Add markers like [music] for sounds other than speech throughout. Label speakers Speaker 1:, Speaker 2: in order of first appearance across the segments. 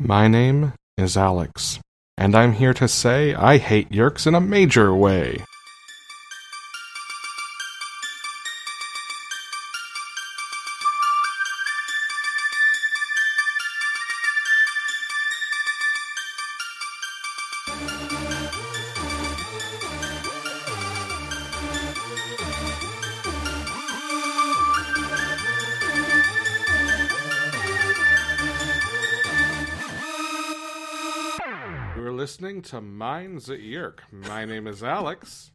Speaker 1: My name is Alex, and I'm here to say I hate Yerks in a major way. You're listening to Minds at Yerk. My name is Alex.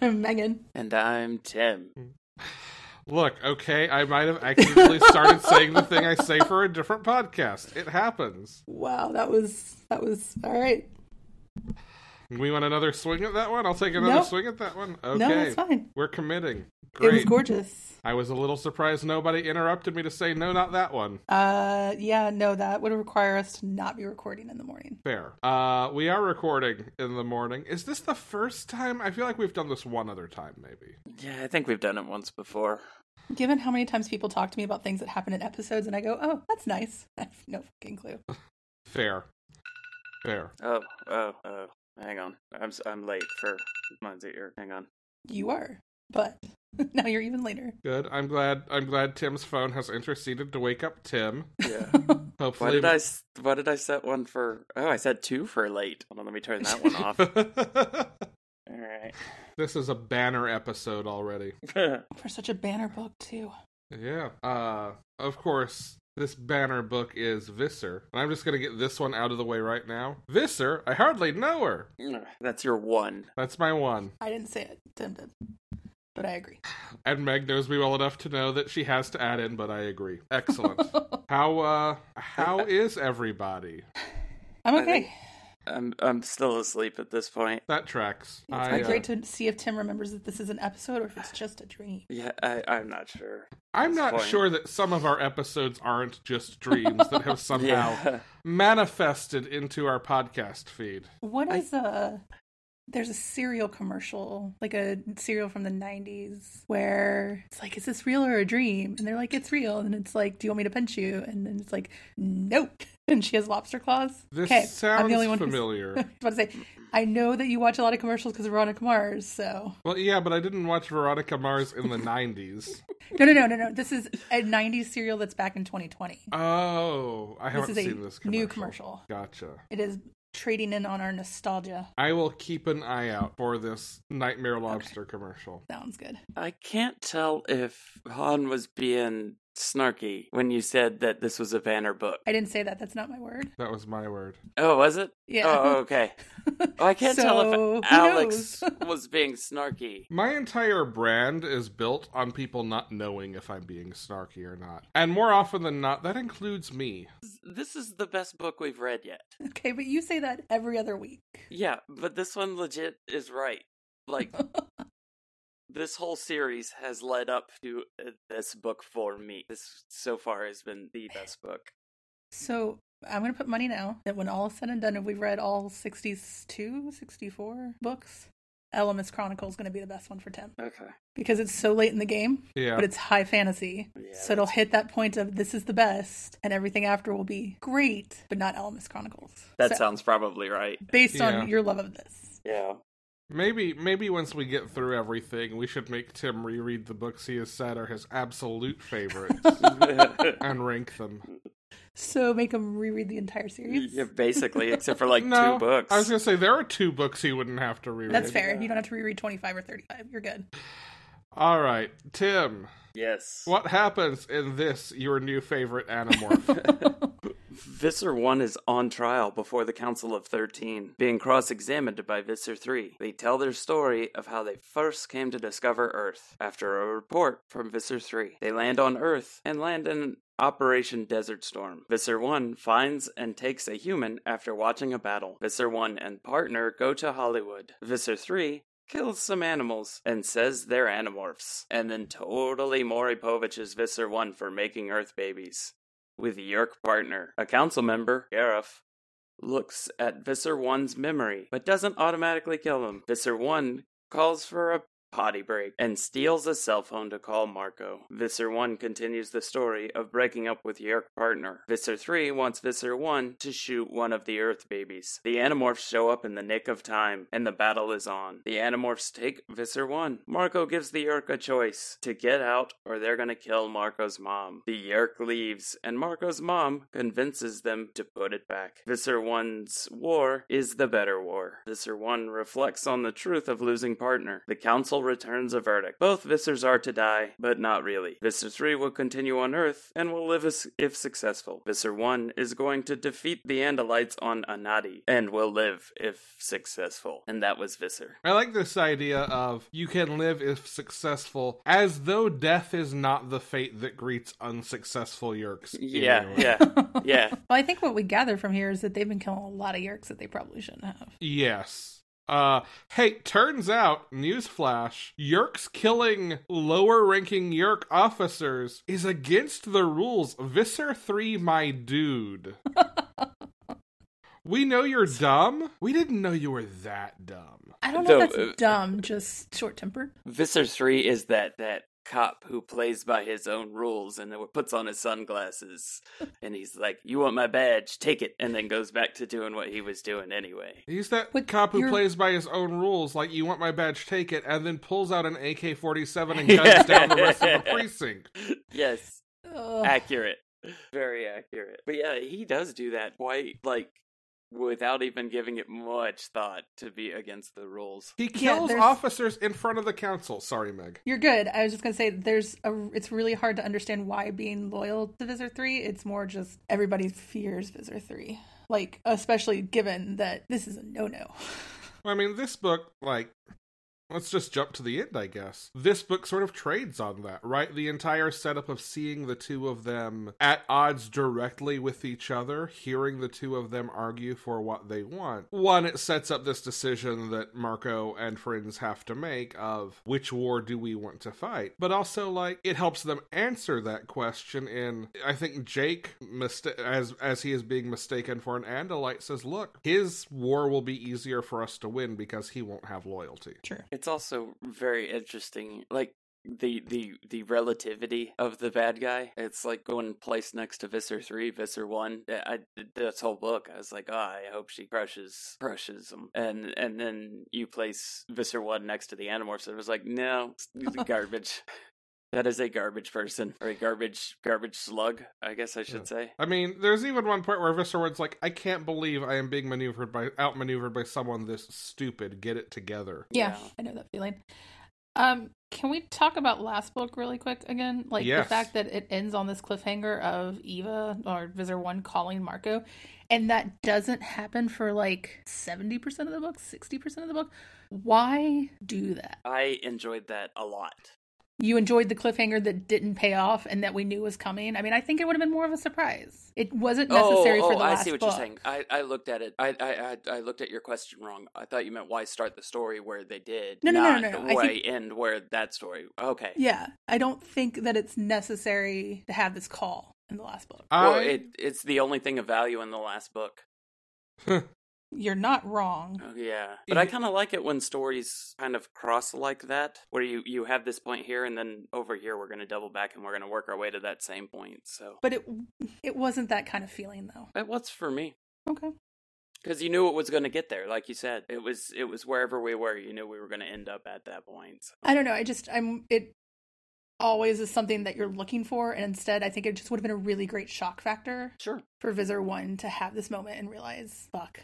Speaker 2: I'm [laughs] Megan.
Speaker 3: And I'm Tim.
Speaker 1: Look, okay, I might have accidentally started saying the thing I say for a different podcast. It happens.
Speaker 2: Wow, that was that was all right.
Speaker 1: We want another swing at that one? I'll take another
Speaker 2: Nope.
Speaker 1: swing at that one. Okay.
Speaker 2: No, that's fine.
Speaker 1: We're committing.
Speaker 2: It was
Speaker 1: Great.
Speaker 2: gorgeous.
Speaker 1: I was a little surprised nobody interrupted me to say no, not that one.
Speaker 2: Uh, yeah, no, that would require us to not be recording in the morning.
Speaker 1: Fair. Uh, we are recording in the morning. Is this the first time? I feel like we've done this one other time, maybe.
Speaker 3: Yeah, I think we've done it once before.
Speaker 2: Given how many times people talk to me about things that happen in episodes, and I go, "Oh, that's nice," [laughs] I have no fucking clue.
Speaker 1: Fair. Fair.
Speaker 3: Oh, oh, oh. Hang on. I'm s- I'm late for mine's at your. Hang on.
Speaker 2: You are, but [laughs] now you're even later.
Speaker 1: Good. I'm glad. I'm glad Tim's phone has interceded to wake up Tim.
Speaker 3: Yeah.
Speaker 1: Hopefully,
Speaker 3: [laughs]
Speaker 1: [laughs]
Speaker 3: why did I s- why did I set one for? Oh, I said two for late. Hold on, let me turn that one
Speaker 1: [laughs]
Speaker 3: off. All right. [laughs]
Speaker 1: this is a banner episode already.
Speaker 2: For such a banner book, too.
Speaker 1: Yeah. Uh, of course. This banner book is Visser, and I'm just gonna get this one out of the way right now. Visser, I hardly know her.
Speaker 3: That's your one.
Speaker 1: That's my one.
Speaker 2: I didn't say it. Tim did, but I agree.
Speaker 1: And Meg knows me well enough to know that she has to add in, but I agree. Excellent. how uh how is everybody?
Speaker 2: I'm
Speaker 3: I
Speaker 2: okay.
Speaker 3: think- I'm I'm still asleep at this point.
Speaker 1: That tracks.
Speaker 2: It's
Speaker 1: I, uh,
Speaker 2: great to see if Tim remembers that this is an episode or if it's just a dream.
Speaker 3: Yeah, I I'm not sure.
Speaker 1: I'm
Speaker 3: That's
Speaker 1: not
Speaker 3: fine.
Speaker 1: sure that some of our episodes aren't just dreams that
Speaker 3: [laughs]
Speaker 1: have somehow
Speaker 3: Yeah.
Speaker 1: manifested into our podcast feed.
Speaker 2: What
Speaker 3: I-
Speaker 2: is uh There's a cereal commercial, like a cereal from the '90s, where it's like, "Is this real or a dream?" And they're like, "It's real." And it's like, "Do you want me to punch you?" And then it's like, "Nope." [laughs] And she has lobster claws.
Speaker 1: This
Speaker 2: okay,
Speaker 1: sounds
Speaker 2: I'm the only one who's- I
Speaker 1: familiar.
Speaker 2: [laughs] was about to say, I know that you watch a lot of commercials because of Veronica Mars. So
Speaker 1: well, yeah, but I didn't watch Veronica Mars
Speaker 2: [laughs]
Speaker 1: in the 90s.
Speaker 2: no, no, no, no, no. This is a '90s cereal that's back in 2020.
Speaker 1: Oh, I
Speaker 2: this
Speaker 1: haven't
Speaker 2: is a
Speaker 1: seen this commercial.
Speaker 2: new commercial.
Speaker 1: Gotcha.
Speaker 2: It is trading in on our nostalgia.
Speaker 1: I will keep an eye out for this Nightmare Lobster commercial.
Speaker 2: Sounds good.
Speaker 3: I can't tell if Han was being snarky when you said that this was a banner book.
Speaker 2: I didn't say that. That's not my word.
Speaker 1: That was my word.
Speaker 3: Oh, was it?
Speaker 2: Yeah.
Speaker 3: Oh,
Speaker 2: [laughs]
Speaker 3: okay. Oh, I can't tell
Speaker 2: So,
Speaker 3: if
Speaker 2: who
Speaker 3: Alex
Speaker 2: knows? [laughs]
Speaker 3: was being snarky.
Speaker 1: My entire brand is built on people not knowing if I'm being snarky or not. And more often than not, that includes me.
Speaker 3: This is the best book we've read yet.
Speaker 2: [laughs] Okay, but you say that every other week.
Speaker 3: Yeah, but this one legit is right. Like, this whole series has led up to uh, this book for me. This so far has been the best book.
Speaker 2: So I'm going to put money now that when all is said and done, if we've read all 62, 64 books, Elemis Chronicle is going to be the best one for Tim
Speaker 3: Okay.
Speaker 2: because it's so late in the game,
Speaker 1: Yeah.
Speaker 2: but it's high fantasy.
Speaker 3: Yeah,
Speaker 2: so it'll hit that point of this is the best, and everything after will be great, but not Elemis Chronicles.
Speaker 3: That
Speaker 2: So,
Speaker 3: sounds probably right.
Speaker 2: based
Speaker 1: Yeah.
Speaker 2: on your love of this. [laughs]
Speaker 3: Yeah.
Speaker 1: Maybe maybe once we get through everything, we should make Tim reread the books he has said are his absolute favorites
Speaker 2: [laughs]
Speaker 1: and rank them.
Speaker 2: So make him reread the entire series.
Speaker 3: [laughs] yeah, basically, except for like
Speaker 1: no,
Speaker 3: two books.
Speaker 1: I was gonna say there are two books he wouldn't have to reread.
Speaker 2: That's fair. You don't have to reread 25 or 35. You're good.
Speaker 1: All right, Tim,
Speaker 3: Yes.
Speaker 1: what happens in this your new favorite
Speaker 3: [laughs]
Speaker 1: animorph?
Speaker 3: Visser 1 is on trial before the Council of 13, being cross examined by Visser 3. They tell their story of how they first came to discover Earth after a report from Visser 3. They land on Earth and land in Operation Desert Storm. Visser 1 finds and takes a human after watching a battle. Visser 1 and partner go to Hollywood. Visser 3 kills some animals and says they're animorphs, and then totally Moripovich's Visser 1 for making Earth babies with York partner. A council member, Gareth, looks at Visser 1's memory, but doesn't automatically kill him. Visser 1 calls for a potty break and steals a cell phone to call Marco. Visser 1 continues the story of breaking up with Yerk partner. Visser 3 wants Visser 1 to shoot one of the Earth babies. The Animorphs show up in the nick of time and the battle is on. The Animorphs take Visser 1. Marco gives the Yerk a choice to get out or they're gonna kill Marco's mom. The Yerk leaves and Marco's mom convinces them to put it back. Visser 1's war is the better war. Visser 1 reflects on the truth of losing partner. The council returns a verdict. Both Vissers are to die, but not really. Visser 3 will continue on Earth and will live as if successful. Visser 1 is going to defeat the Andalites on Anadi and will live if successful. And that was Visser.
Speaker 1: I like this idea of you can live if successful, as though death is not the fate that greets unsuccessful Yerks.
Speaker 3: Yeah,
Speaker 1: anyway.
Speaker 3: yeah, yeah.
Speaker 2: Well, I think what we gather from here is that they've been killing a lot of Yerks that they probably shouldn't have.
Speaker 1: Yes. Uh, hey, turns out, newsflash, Yerk's killing lower ranking Yerk officers is against the rules. Visser 3, my
Speaker 2: [laughs]
Speaker 1: dude. we know you're dumb. We didn't know you were that dumb.
Speaker 2: I don't know if
Speaker 3: So, uh,
Speaker 2: that's dumb, just short tempered.
Speaker 3: Visser 3 is that that cop who plays by his own rules and then puts on his sunglasses and he's like, "You want my badge? Take it." And then goes back to doing what he was doing anyway.
Speaker 1: He's that
Speaker 2: But
Speaker 1: cop who
Speaker 2: you're-
Speaker 1: plays by his own rules, like, you want my badge, take it, and then pulls out an AK 47
Speaker 2: [laughs]
Speaker 1: and guns down the rest of the precinct.
Speaker 3: Yes,
Speaker 2: Ugh.
Speaker 3: accurate. Very accurate. But yeah, he does do that quite like without even giving it much thought to be against the rules.
Speaker 1: He kills
Speaker 2: there's-
Speaker 1: officers in front of the council. Sorry, Meg.
Speaker 2: You're good. I was just gonna say there's a. It's really hard to understand why being loyal to Visor Three. It's more just everybody fears Visor Three, like especially given that this is a no no.
Speaker 1: I mean, this book, like, let's just jump to the end, I guess. This book sort of trades on that, right? The entire setup of seeing the two of them at odds directly with each other, hearing the two of them argue for what they want. One, it sets up this decision that Marco and friends have to make of which war do we want to fight, but also, like, it helps them answer that question in, I think Jake, mista- as, as he is being mistaken for an Andalite, says, look, his war will be easier for us to win because he won't have loyalty.
Speaker 2: Sure.
Speaker 3: It's also very interesting, like the the the relativity of the bad guy. It's like going place next to Visser three, Visser one. I, I- this whole book, I was like, oh, I hope she crushes crushes him. And and then you place Visser one next to the Animorphs, and it was like, no, it's garbage. [laughs] That is a garbage person or a garbage garbage slug, I guess I should
Speaker 1: Yeah.
Speaker 3: say.
Speaker 1: I mean, there's even one point where Viscerwood's like, I can't believe I am being maneuvered by outmaneuvered by someone this stupid. Get it together.
Speaker 2: Yeah, I know that feeling. Um, can we talk about last book really quick again? Like
Speaker 1: Yes.
Speaker 2: the fact that it ends on this cliffhanger of Eva or Visor One calling Marco, and that doesn't happen for like seventy percent of the book, sixty percent of the book. Why do that?
Speaker 3: I enjoyed that a lot.
Speaker 2: You enjoyed the cliffhanger that didn't pay off and that we knew was coming. I mean, I think it would have been more of a surprise. It wasn't necessary
Speaker 3: oh,
Speaker 2: for
Speaker 3: oh,
Speaker 2: the last
Speaker 3: I see what
Speaker 2: book.
Speaker 3: you're saying. I, I looked at it. I, I I I looked at your question wrong. I thought you meant why start the story where they did.
Speaker 2: No, no, no,
Speaker 3: not
Speaker 2: no, no. I
Speaker 3: Why
Speaker 2: think-
Speaker 3: end where that story? Okay.
Speaker 2: Yeah, I don't think that it's necessary to have this call in the last book.
Speaker 1: I
Speaker 3: Well, it it's the only thing of value in the last book.
Speaker 1: [laughs]
Speaker 2: You're not wrong.
Speaker 3: Oh, yeah, but I kind of like it when stories kind of cross like that, where you you have this point here, and then over here we're gonna double back and we're gonna work our way to that same point. So,
Speaker 2: But it it wasn't that kind of feeling though.
Speaker 3: but what's for me?
Speaker 2: Okay.
Speaker 3: Because you knew it was gonna get there, like you said. It was it was wherever we were. You knew we were gonna end up at that point. so.
Speaker 2: I don't know. I just I'm it always is something that you're looking for and instead I think it just would have been a really great shock factor
Speaker 3: Sure.
Speaker 2: for Visor 1 to have this moment and realize, fuck,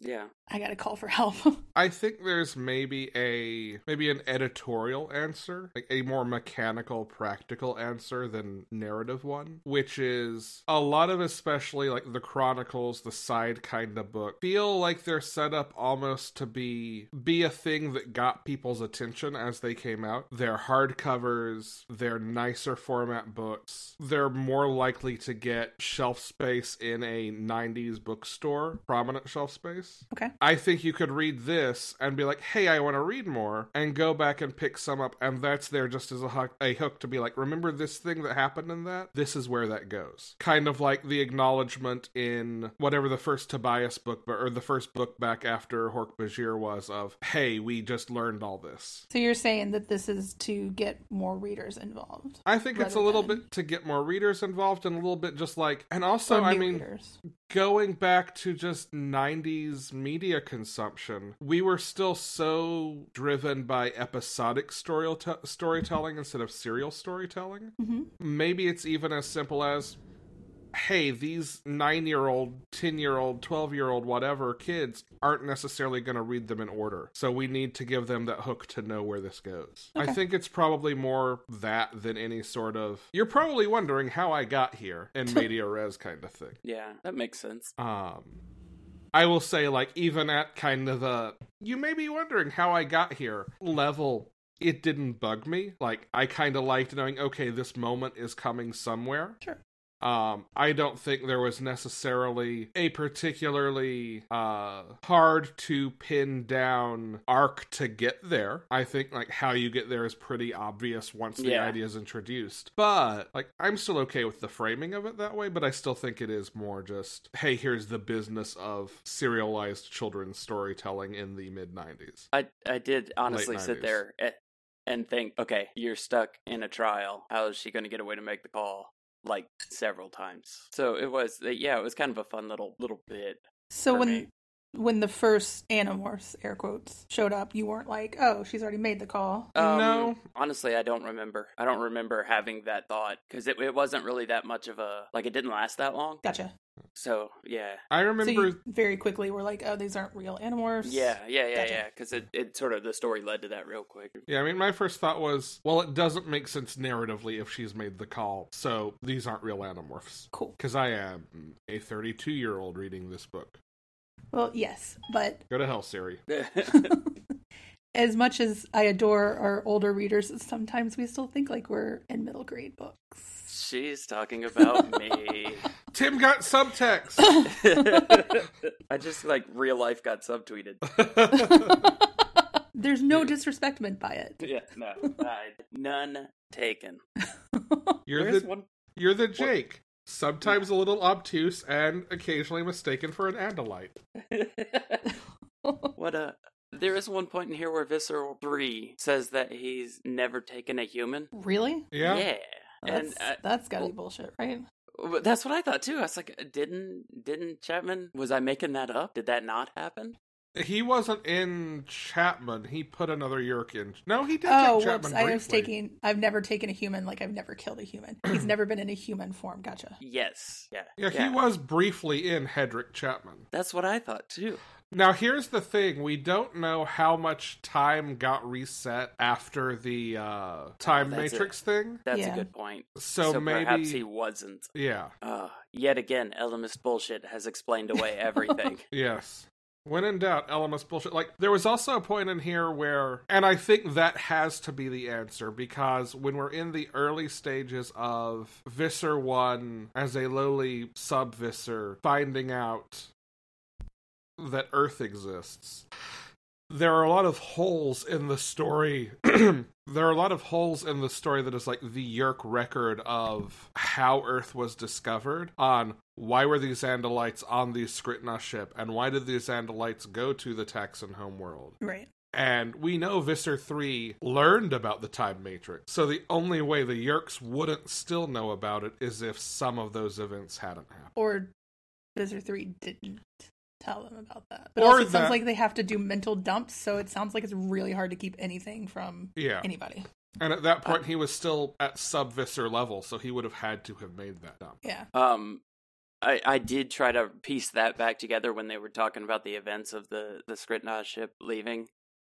Speaker 3: Yeah.
Speaker 2: I got to call for help. [laughs]
Speaker 1: I think there's maybe a maybe an editorial answer, like a more mechanical, practical answer than narrative one, which is a lot of especially like the chronicles, the side kind of book feel like they're set up almost to be be a thing that got people's attention as they came out. They're hardcovers, they're nicer format books. They're more likely to get shelf space in a 90s bookstore, prominent shelf space
Speaker 2: Okay.
Speaker 1: I think you could read this and be like, hey, I want to read more, and go back and pick some up, and that's there just as a hook, a hook to be like, remember this thing that happened in that? This is where that goes. Kind of like the acknowledgement in whatever the first Tobias book, or the first book back after Hork Bajir was of, hey, we just learned all this.
Speaker 2: So you're saying that this is to get more readers involved.
Speaker 1: I think it's a
Speaker 2: rather
Speaker 1: little
Speaker 2: than-
Speaker 1: bit to get more readers involved and a little bit just like, and also,
Speaker 2: Or
Speaker 1: I
Speaker 2: new
Speaker 1: mean,
Speaker 2: readers.
Speaker 1: going back to just 90s media consumption, we were still so driven by episodic story- storytelling instead of serial storytelling.
Speaker 2: Mhm.
Speaker 1: Maybe it's even as simple as hey, these nine year old, 10 year old, 12 year old, whatever kids aren't necessarily going to read them in order. So we need to give them that hook to know where this goes. I
Speaker 2: Okay.
Speaker 1: think it's probably more that than any sort of, you're probably wondering how I got here and media res kind of thing.
Speaker 3: Yeah, that makes sense.
Speaker 1: Um, I will say, like, even at kind of the you may be wondering how I got here level, it didn't bug me. Like, I kind of liked knowing, okay, this moment is coming somewhere.
Speaker 2: Sure.
Speaker 1: Um, I don't think there was necessarily a particularly uh hard to pin down arc to get there. I think like how you get there is pretty obvious once the
Speaker 3: Yeah.
Speaker 1: idea is introduced. But like I'm still okay with the framing of it that way, but I still think it is more just, hey, here's the business of serialized children's storytelling in the mid nineties.
Speaker 3: I I did honestly sit
Speaker 1: 90s.
Speaker 3: there at, and think, okay, you're stuck in a trial. How is she going to get away to make the call? Like several times. So it was, uh, yeah, it was kind of a fun little little bit.
Speaker 2: So
Speaker 3: for
Speaker 2: when
Speaker 3: me.
Speaker 2: when the first Animorphs air quotes showed up, you weren't like, "Oh, she's already made the call."
Speaker 3: Um,
Speaker 1: No.
Speaker 3: honestly, I don't remember. I don't remember having that thought because it it wasn't really that much of a like. It didn't last that long.
Speaker 2: Gotcha.
Speaker 3: So yeah,
Speaker 1: I
Speaker 2: So
Speaker 1: remember
Speaker 2: you very quickly were like, "Oh, these aren't real Animorphs."
Speaker 3: yeah, yeah, yeah,
Speaker 2: Gotcha.
Speaker 3: yeah. Because it it sort of the story led to that real
Speaker 2: [laughs]
Speaker 3: quick. [laughs]
Speaker 1: Yeah, I mean, my first thought was, well, it doesn't make sense narratively if she's made the call, so these aren't real Animorphs.
Speaker 2: Cool.
Speaker 1: Because I am a 32 year old reading this book.
Speaker 2: Well, yes, but
Speaker 1: Go to hell, Siri.
Speaker 2: as much as I adore our older readers, sometimes we still think like we're in middle grade books.
Speaker 3: She's talking about me.
Speaker 1: Tim got subtext!
Speaker 2: [laughs]
Speaker 3: [laughs] I just like real life got subtweeted.
Speaker 2: There's no disrespect meant by it.
Speaker 3: Yeah, no, I- none taken.
Speaker 1: You're
Speaker 3: There's
Speaker 1: the
Speaker 3: one.
Speaker 1: you're the Jake. Sometimes a little obtuse and occasionally mistaken for an Andalite. [laughs]
Speaker 3: what uh There is one point in here where Visceral Three says that he's never taken a human.
Speaker 2: Really?
Speaker 1: Yeah?
Speaker 2: That's,
Speaker 3: and
Speaker 1: uh,
Speaker 3: I,
Speaker 2: that's gotta be bullshit, right?
Speaker 3: But that's what I thought too. I was like, didn't didn't Chapman? Was I making that up? Did that not happen?
Speaker 1: He wasn't in Chapman. He put another Yurk in. No, he did
Speaker 2: Oh,
Speaker 1: take
Speaker 2: whoops!
Speaker 1: Chapman
Speaker 2: I was
Speaker 1: briefly.
Speaker 2: taking. I've never taken a human. Like I've never killed a human. He's never been in a human
Speaker 1: [clears throat]
Speaker 2: form. Gotcha.
Speaker 3: Yes. Yeah.
Speaker 1: Yeah, he was briefly in Hedrick Chapman.
Speaker 3: That's what I thought too.
Speaker 1: Now here's the thing: we don't know how much time got reset after the uh, time
Speaker 3: that's
Speaker 1: matrix thing,
Speaker 3: That's
Speaker 2: Yeah.
Speaker 3: a good point.
Speaker 1: so,
Speaker 3: perhaps he
Speaker 1: maybe
Speaker 3: wasn't.
Speaker 1: yeah,
Speaker 3: Uh, yet again, Elemist bullshit has
Speaker 1: [laughs]
Speaker 3: explained away everything.
Speaker 1: yes. When in doubt, Elemus bullshit. Like there was also a point in here where, and I think that has to be the answer because when we're in the early stages of Visser One as a lowly sub Visser finding out that Earth exists. There are a lot of holes in the story. [clears throat] there are a lot of holes in the story that is like the Yerk record of how Earth was discovered on why were these Andalites on the Skritna ship and why did these Andalites go to the Taxon homeworld?
Speaker 2: Right.
Speaker 1: And we know Visser 3 learned about the Time Matrix, so the only way the Yerks wouldn't still know about it is if some of those events hadn't happened.
Speaker 2: Or Visor Three didn't tell them about that. But
Speaker 1: Or
Speaker 2: also, it
Speaker 1: that-
Speaker 2: sounds like they have to do mental dumps. So it sounds like it's really hard to keep anything from
Speaker 1: Yeah.
Speaker 2: anybody.
Speaker 1: And at that point, he was still at sub visor level, so he would have had to have made that dump.
Speaker 2: Yeah.
Speaker 3: Um, I I did try to piece that back together when they were talking about the events of the the Skritna ship leaving,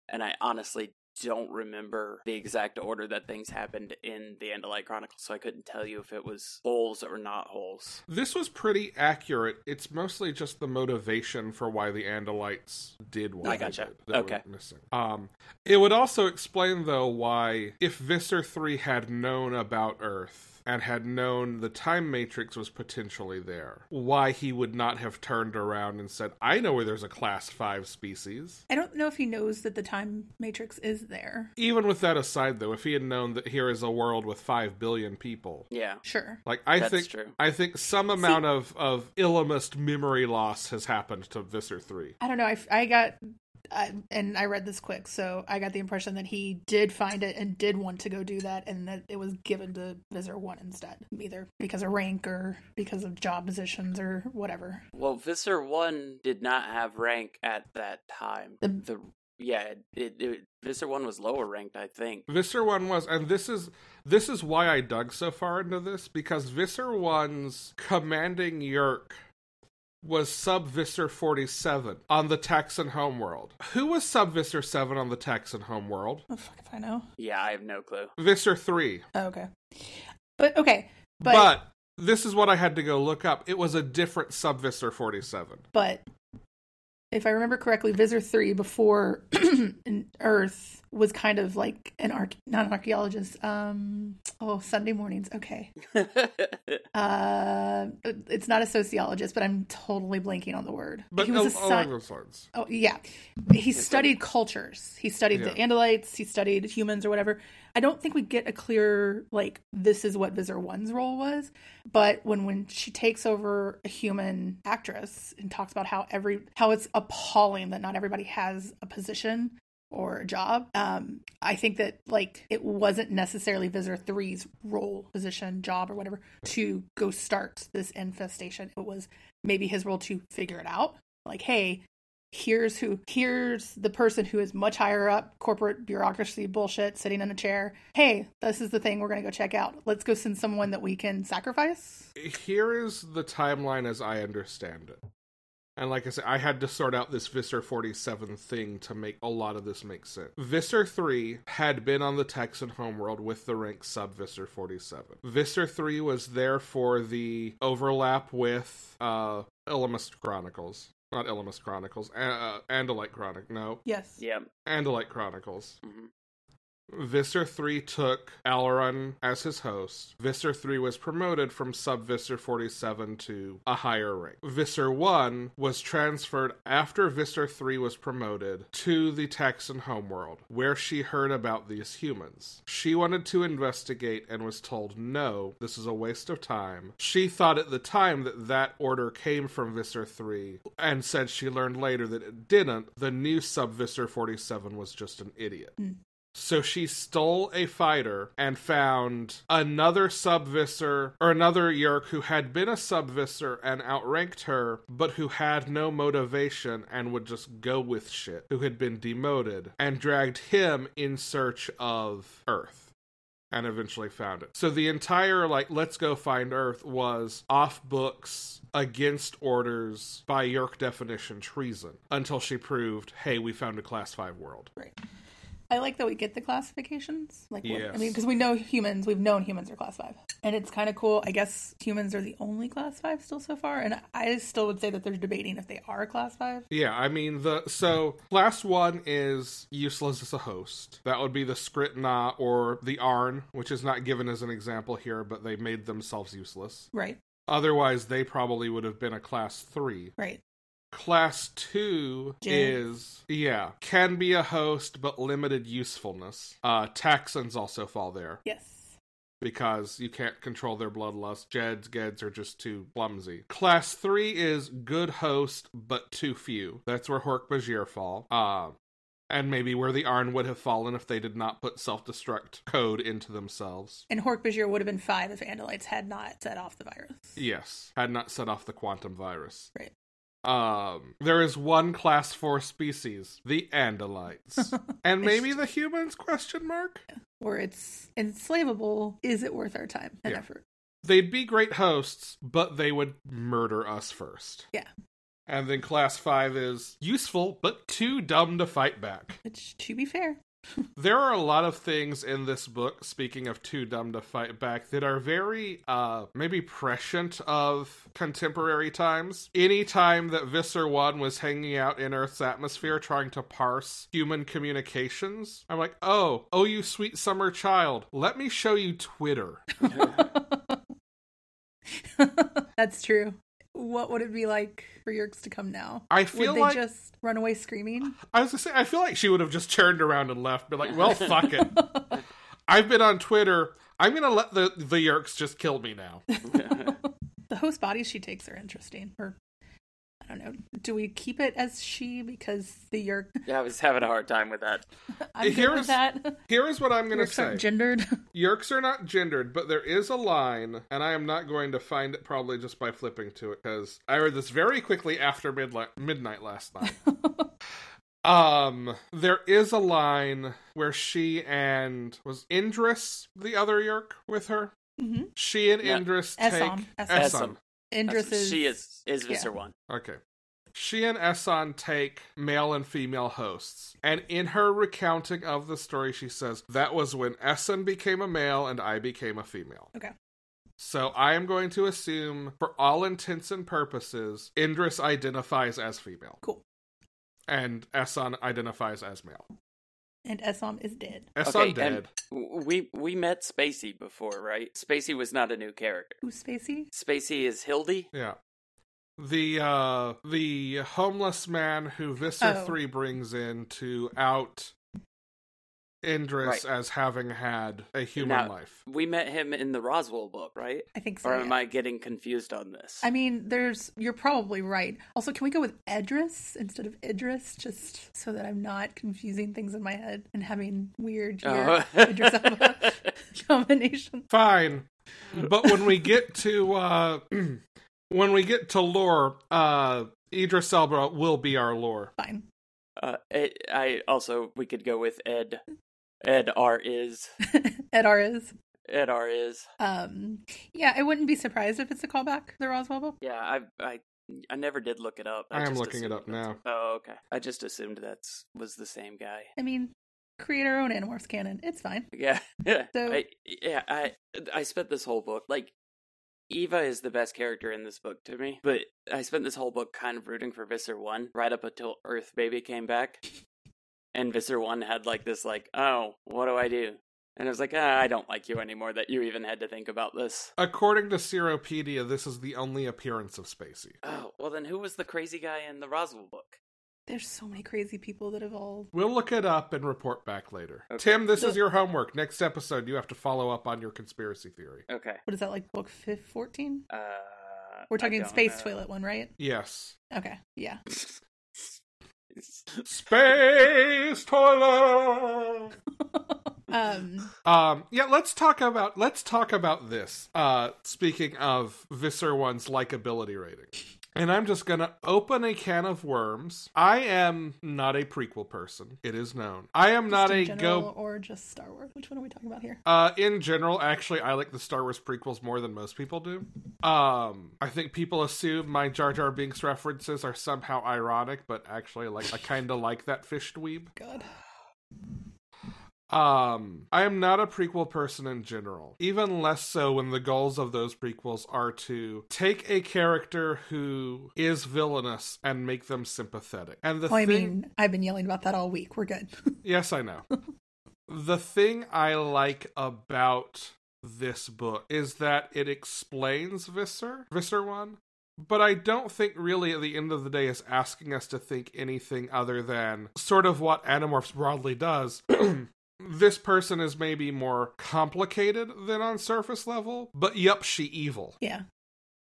Speaker 3: and I honestly don't remember the exact order that things happened in the Andalite Chronicles, so I couldn't tell you if it was holes or not holes.
Speaker 1: This was pretty accurate. It's mostly just the motivation for why the Andalites did what
Speaker 3: I
Speaker 1: they
Speaker 3: gotcha.
Speaker 1: did that
Speaker 3: Okay.
Speaker 1: were missing. Um, it would also explain though why if Visser three had known about Earth and had known the time matrix was potentially there, why he would not have turned around and said, I know where there's a class 5 species.
Speaker 2: I don't know if he knows that the time matrix is there.
Speaker 1: Even with that aside, though, if he had known that here is a world with 5 billion people,
Speaker 3: Yeah.
Speaker 2: Sure.
Speaker 1: like I
Speaker 3: That's
Speaker 1: think
Speaker 3: true.
Speaker 1: I think some amount of of illumist memory loss has happened to Visser 3.
Speaker 2: I don't know. I, f- I got, I, and I read this quick, so I got the impression that he did find it and did want to go do that, and that it was given to Visor 1 instead, either because of rank or because of job positions or whatever.
Speaker 3: Well, Visser 1 did not have rank at that time.
Speaker 2: The-
Speaker 3: The yeah, it, it, it Visser 1 was lower ranked, I think.
Speaker 1: Visser one was, and this is this is why I dug so far into this because Visser one's commanding Yerk was sub Visser forty seven on the Texan homeworld. Who was sub Visser seven on the Texan homeworld?
Speaker 2: Oh, fuck if I know.
Speaker 3: Yeah, I have no clue. [laughs]
Speaker 1: Visser three,
Speaker 2: Oh, okay. But, okay.
Speaker 1: but,
Speaker 2: But, but,
Speaker 1: this is what I had to go look up. It was a different sub Visser forty seven.
Speaker 2: if I remember correctly, Visor 3 before [clears throat] in Earth was kind of like an arch, not an archaeologist. Um, oh, Sunday mornings. Okay. uh it's not a sociologist but i'm totally blanking on the word
Speaker 1: But oh,
Speaker 2: he was
Speaker 1: al-
Speaker 2: a sci-
Speaker 1: along those lines,
Speaker 2: oh yeah he studied cultures he studied the
Speaker 1: Yeah.
Speaker 2: andalites he studied humans or whatever i don't think we get a clear like this is what visor one's role was but when when she takes over a human actress and talks about how every how it's appalling that not everybody has a position or a job. Um, I think that like it wasn't necessarily Visor 3's role, position, job, or whatever to go start this infestation. It was maybe his role to figure it out. Like, hey, here's who, here's the person who is much higher up corporate bureaucracy bullshit sitting in a chair. Hey, this is the thing we're going to go check out. Let's go send someone that we can sacrifice.
Speaker 1: here is the timeline as I understand it. And like I said, I had to sort out this Visser 47 thing to make a lot of this make sense. Visser 3 had been on the Texan homeworld with the rank sub Visser 47. Visser 3 was there for the overlap with uh Illamist Chronicles. Not Illamist Chronicles, uh, uh, Andalite Chronic. No,
Speaker 2: Yes.
Speaker 3: yeah. [laughs]
Speaker 1: Andalite Chronicles.
Speaker 3: hmm
Speaker 1: Visser 3 took Alrun as his host. Visser 3 was promoted from sub Visser 47 to a higher rank. Visser 1 was transferred after Visser 3 was promoted to the Texan homeworld, where she heard about these humans. She wanted to investigate and was told, no, this is a waste of time. She thought at the time that that order came from Visser 3 and said she learned later that it didn't. The new sub Visser 47 was just an idiot. So she stole a fighter and found another subvisor or another Yerk who had been a subvisor and outranked her, but who had no motivation and would just go with shit, who had been demoted, and dragged him in search of Earth and eventually found it. So the entire like let's go find Earth was off books against orders by Yerk definition treason until she proved, hey, we found a class five world.
Speaker 2: Right. I like that we get the classifications. Like, what- I
Speaker 1: Yes.
Speaker 2: mean, because we know humans, we've known humans are class five, and it's kind of cool. I guess humans are the only class five still so far, and I still would say that they're debating if they are class five.
Speaker 1: Yeah, I mean the so class one is useless as a host. That would be the Skritna or the Arn, which is not given as an example here, but they made themselves useless.
Speaker 2: Right,
Speaker 1: Otherwise, they probably would have been a class three.
Speaker 2: right.
Speaker 1: Class two
Speaker 2: Jade.
Speaker 1: is yeah can be a host, but limited usefulness. Uh, Taxons also fall there
Speaker 2: Yes.
Speaker 1: because you can't control their bloodlust. Jeds, Geds are just too clumsy. Class 3 is good host, but too few. That's where Hork Bajir fall. Um, and maybe where the Arn would have fallen if they did not put self destruct code into themselves.
Speaker 2: And Hork-Bajir would have been five if Andalites had not set off the virus.
Speaker 1: Yes, had not set off the quantum virus.
Speaker 2: Right.
Speaker 1: Um, there is one class 4 species, the Andalites. and maybe the humans question mark?
Speaker 2: Or it's enslavable. Is it worth our time and
Speaker 1: Yeah.
Speaker 2: effort?
Speaker 1: They'd be great hosts, but they would murder us first.
Speaker 2: Yeah.
Speaker 1: And then class five is useful, but too dumb to fight back.
Speaker 2: Which, to be fair, [laughs]
Speaker 1: There are a lot of things in this book, speaking of too dumb to fight back, that are very, uh, maybe prescient of contemporary times. Any time that Visser 1 was hanging out in Earth's atmosphere trying to parse human communications, I'm like, oh, oh, you sweet summer child, let me show you Twitter.
Speaker 2: That's true. What would it be like for Yerkes to come now?
Speaker 1: I feel
Speaker 2: would they
Speaker 1: like
Speaker 2: just run away screaming?
Speaker 1: I was gonna say I feel like she would have just turned around and left, been like, "Well, fuck
Speaker 2: [laughs]
Speaker 1: it." I've been on Twitter. I'm gonna let the the Yerks just kill me now.
Speaker 2: the host bodies she takes are interesting. Or I don't know. Do we keep it as she because the Yerk? [laughs]
Speaker 3: yeah, I was having a hard time with that.
Speaker 2: I'm good
Speaker 1: Here's-
Speaker 2: with that.
Speaker 1: Here is what I'm gonna
Speaker 2: Yerks
Speaker 1: say.
Speaker 2: aren't gendered. [laughs]
Speaker 1: Yerks are not gendered, but there is a line, and I am not going to find it probably just by flipping to it because I read this very quickly after midli- midnight last
Speaker 2: [laughs]
Speaker 1: night. um, there is a line where she and was Indris the other Yerk with her.
Speaker 2: hmm
Speaker 1: She and
Speaker 3: Yeah.
Speaker 1: Indris
Speaker 2: Essom.
Speaker 1: take
Speaker 2: Essom.
Speaker 1: Essom.
Speaker 2: Indris is
Speaker 3: she is is
Speaker 2: yeah.
Speaker 3: Visser one.
Speaker 1: Okay. She and Essan take male and female hosts. And in her recounting of the story, she says, That was when Essan became a male and I became a female.
Speaker 2: Okay.
Speaker 1: So I am going to assume, for all intents and purposes, Indris identifies as female.
Speaker 2: Cool.
Speaker 1: And Essan identifies as male.
Speaker 2: and Essom is dead.
Speaker 1: Essan
Speaker 3: Okay, and-
Speaker 1: dead.
Speaker 3: W- We we met Spacey before, right? Spacey was not a new character.
Speaker 2: Who's Spacey?
Speaker 3: Spacey is Hildy.
Speaker 1: Yeah. The uh the homeless man who Visser
Speaker 2: Oh.
Speaker 1: 3 brings in to out Indris
Speaker 3: Right.
Speaker 1: as having had a human
Speaker 3: Now-
Speaker 1: life.
Speaker 3: We met him in the Roswell book, right?
Speaker 2: I think so.
Speaker 3: Or
Speaker 1: Oh,
Speaker 2: yeah.
Speaker 3: am I getting confused on this?
Speaker 2: I mean, there's. You're probably right. Also, can we go with Edris instead of Idris, just so that I'm not confusing things in my head and having weird
Speaker 3: Oh.
Speaker 2: Yerk Idris
Speaker 3: [laughs]
Speaker 2: Elba combination?
Speaker 1: Fine. But when we
Speaker 3: [laughs]
Speaker 1: get to uh [clears throat] when we get to lore, uh Idris Elba will be our lore.
Speaker 2: Fine. [laughs]
Speaker 3: Uh, I, I also we could go with Ed. Ed R is
Speaker 2: Edar is.
Speaker 3: Ed R is.
Speaker 2: Um, yeah, I wouldn't be surprised if it's a callback to the Roswell book.
Speaker 3: Yeah, I I I never did look it up.
Speaker 1: I am
Speaker 3: just
Speaker 1: looking it
Speaker 3: assumed
Speaker 1: up
Speaker 3: that's-
Speaker 1: now.
Speaker 3: Oh, okay. I just assumed that's was the same guy.
Speaker 2: I mean, create our own Animorphs canon. It's fine.
Speaker 3: Yeah. [laughs] yeah.
Speaker 2: So-
Speaker 3: I, yeah, I I spent this whole book like Eva is the best character in this book to me, but I spent this whole book kind of rooting for Visser One right up until Earth Baby came back, and Visser One had like this like, oh, what do I do? And I was like, ah, I don't like you anymore that you even had to think about this.
Speaker 1: According to Seropedia, this is the only appearance of Spacey.
Speaker 3: Oh, well then who was the crazy guy in the Roswell book?
Speaker 2: There's so many crazy people that have all.
Speaker 1: We'll look it up and report back later.
Speaker 3: Okay.
Speaker 1: Tim, this is
Speaker 2: So-
Speaker 1: your homework. Next episode, you have to follow up on your conspiracy theory.
Speaker 3: Okay.
Speaker 2: What is that like? Book fif- fourteen?
Speaker 3: Uh
Speaker 2: We're
Speaker 3: I
Speaker 2: talking
Speaker 3: don't
Speaker 2: space
Speaker 3: know.
Speaker 2: toilet one, right?
Speaker 1: Yes.
Speaker 2: Okay. Yeah.
Speaker 1: Space toilet.
Speaker 3: [laughs]
Speaker 2: Um.
Speaker 1: Um, yeah, let's talk about let's talk about this. Uh, speaking of Visser One's likability rating, and I'm just gonna open a can of worms. I am not a prequel person. It is known. I am not
Speaker 2: just in
Speaker 1: a
Speaker 2: general
Speaker 1: go.
Speaker 2: or just Star Wars. Which one are we talking about here?
Speaker 1: Uh, in general, actually, I like the Star Wars prequels more than most people do. Um, I think people assume my Jar Jar Binks references are somehow ironic, but actually, like, I kind of like that fish dweeb.
Speaker 2: God.
Speaker 1: Um, I am not a prequel person in general, even less so when the goals of those prequels are to take a character who is villainous and make them sympathetic. And the
Speaker 2: Well, Oh, I
Speaker 1: thing,
Speaker 2: mean, I've been yelling about that all week. We're good. [laughs]
Speaker 1: yes, I know. the thing I like about this book is that it explains Visser, Visser one, but I don't think really at the end of the day is asking us to think anything other than sort of what Animorphs broadly does. [clears throat] this person is maybe more complicated than on surface level, but yup, she evil.
Speaker 2: yeah.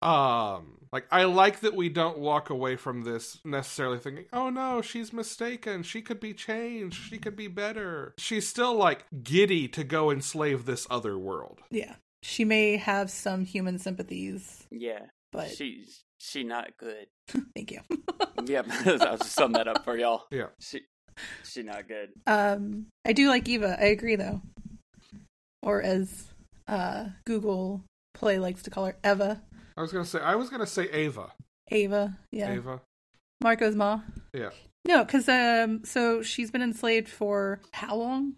Speaker 1: Um, like I like that we don't walk away from this necessarily thinking, "Oh no, she's mistaken. She could be changed. She could be better." She's still like giddy to go enslave this other world.
Speaker 2: Yeah. She may have some human sympathies,
Speaker 3: [laughs] Yeah.
Speaker 2: but
Speaker 3: She she not good.
Speaker 2: [laughs] thank you.
Speaker 3: Yep, [laughs] I'll just sum that up for y'all.
Speaker 1: Yeah.
Speaker 3: She she not good.
Speaker 2: Um, I do like Eva. I agree, though. Or as uh, Google Play likes to call her, Eva.
Speaker 1: I was gonna say, I was gonna say Ava,
Speaker 2: Ava. Yeah.
Speaker 1: Ava,
Speaker 2: Marco's ma.
Speaker 1: yeah.
Speaker 2: No, because um, so she's been enslaved for how long?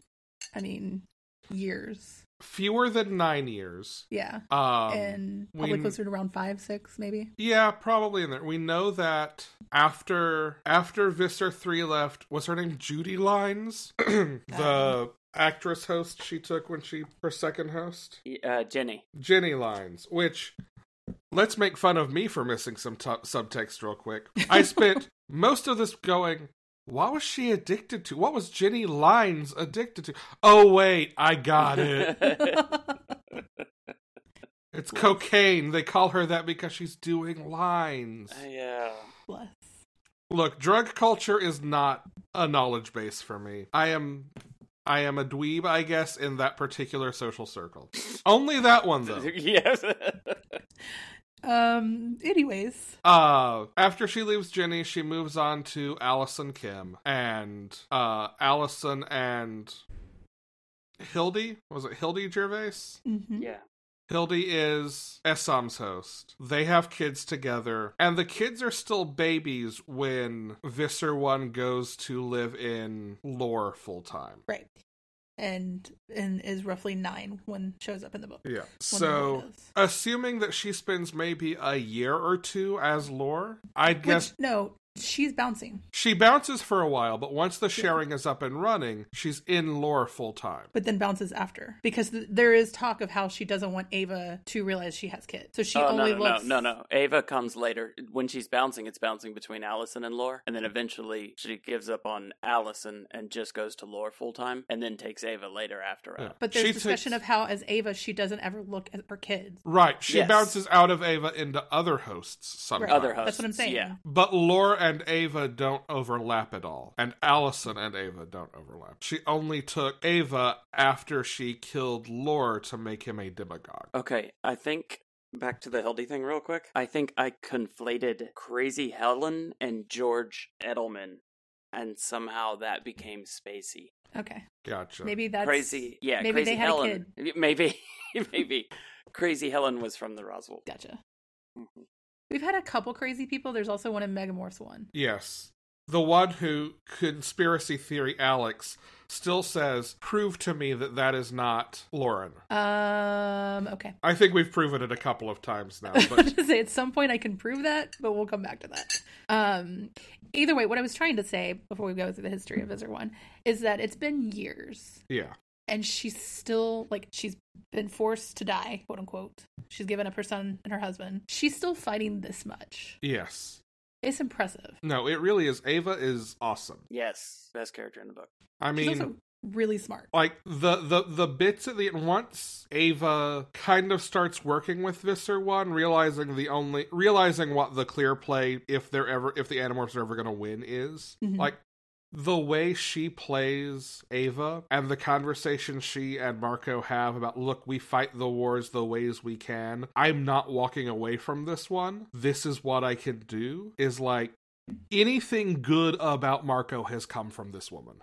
Speaker 2: I mean, years.
Speaker 1: Fewer than nine years.
Speaker 2: Yeah.
Speaker 1: Um,
Speaker 2: and
Speaker 1: we
Speaker 2: probably
Speaker 1: kn-
Speaker 2: closer to around five, six,
Speaker 1: [laughs]
Speaker 2: maybe. [laughs]
Speaker 1: yeah, probably in there. We know that after after Visser three left, was her name Judy [clears throat] Lines, the actress host she took when she her second host.
Speaker 3: Y- Uh, Jenny.
Speaker 1: Jenny lines, which Let's make fun of me for missing some tu subtext real quick. I spent most of this going, what was she addicted to? What was Jenny Lines addicted to? Oh, wait, [laughs] I got
Speaker 3: [laughs]
Speaker 1: it. It's cocaine. They call her that because she's doing lines.
Speaker 3: yeah.
Speaker 2: Bless.
Speaker 1: Look, drug culture is not a knowledge base for me. I am I am a dweeb, I guess, in that particular social circle. Only that one though.
Speaker 3: [laughs] Yes.
Speaker 2: Um. Anyways,
Speaker 1: Uh after she leaves Jenny, she moves on to Allison Kim and uh Allison and Hildy? Was it Hildy Gervais?
Speaker 2: Mhm.
Speaker 3: yeah.
Speaker 1: Hildy is Essam's host. They have kids together, and the kids are still babies when Visser One goes to live in Lore full time.
Speaker 2: right, and and is roughly nine when shows up in the book.
Speaker 1: Yeah.
Speaker 2: When the
Speaker 1: So,
Speaker 2: book does.
Speaker 1: assuming that she spends maybe a year or two as Lore, I guess
Speaker 2: which no, she's bouncing,
Speaker 1: she bounces for a while, but once the sharing is up and running, she's in Lore full time.
Speaker 2: but then bounces after because th- there is talk of how she doesn't want Ava to realize she has kids, so she
Speaker 3: oh no
Speaker 2: only
Speaker 3: no,
Speaker 2: looks
Speaker 3: no no no. Ava comes later. When she's bouncing, it's bouncing between Allison and Lore, and then eventually she gives up on Allison and just goes to Lore full time, and then takes Ava later after. uh,
Speaker 1: Yeah.
Speaker 3: Out.
Speaker 2: But there's
Speaker 1: She
Speaker 2: discussion
Speaker 1: takes-
Speaker 2: of how, as Ava, she doesn't ever look at her kids.
Speaker 1: Right. She
Speaker 3: Yes.
Speaker 1: bounces out of Ava into other hosts sometimes.
Speaker 3: Other hosts.
Speaker 2: That's what I'm saying.
Speaker 3: yeah.
Speaker 1: But Laura and Ava don't overlap at all. And Allison and Ava don't overlap. She only took Ava after she killed Laura to make him a demagogue.
Speaker 3: Okay, I think back to the Hildy thing real quick. I think I conflated Crazy Helen and George Edelman, and somehow that became Spacey.
Speaker 2: Okay,
Speaker 1: Gotcha.
Speaker 2: maybe that's
Speaker 3: crazy, yeah,
Speaker 2: maybe
Speaker 3: Crazy
Speaker 2: they had a
Speaker 3: Helen. [laughs] Maybe, maybe Crazy Helen was from the Roswell.
Speaker 2: Gotcha.
Speaker 3: Mhm.
Speaker 2: We've had a couple crazy people. There's also one in Megamorphs one.
Speaker 1: Yes. The one who, conspiracy theory Alex, still says, prove to me that that is not Lauren.
Speaker 2: Um. Okay.
Speaker 1: I think we've proven it a couple of times now,
Speaker 2: [laughs] I was
Speaker 1: but
Speaker 2: gonna say at some point I can prove that, but we'll come back to that. Um, either way, what I was trying to say before we go through the history of Visor One is that it's been years,
Speaker 1: yeah.
Speaker 2: and she's still like she's been forced to die, quote unquote. She's given up her son and her husband. She's still fighting this much.
Speaker 1: Yes.
Speaker 2: It's impressive.
Speaker 1: No, it really is. Ava is awesome.
Speaker 3: Yes, best character in the book.
Speaker 1: I mean,
Speaker 2: she's also really smart.
Speaker 1: like the the the bits at the end once ava kind of starts working with visser one realizing the only realizing what the clear play if they're ever if the animorphs are ever going to win is
Speaker 2: Mhm.
Speaker 1: like the way she plays Ava and the conversation she and Marco have about, look, we fight the wars the ways we can. I'm not walking away from this one. This is what I can do. Is like anything good about Marco has come from this woman.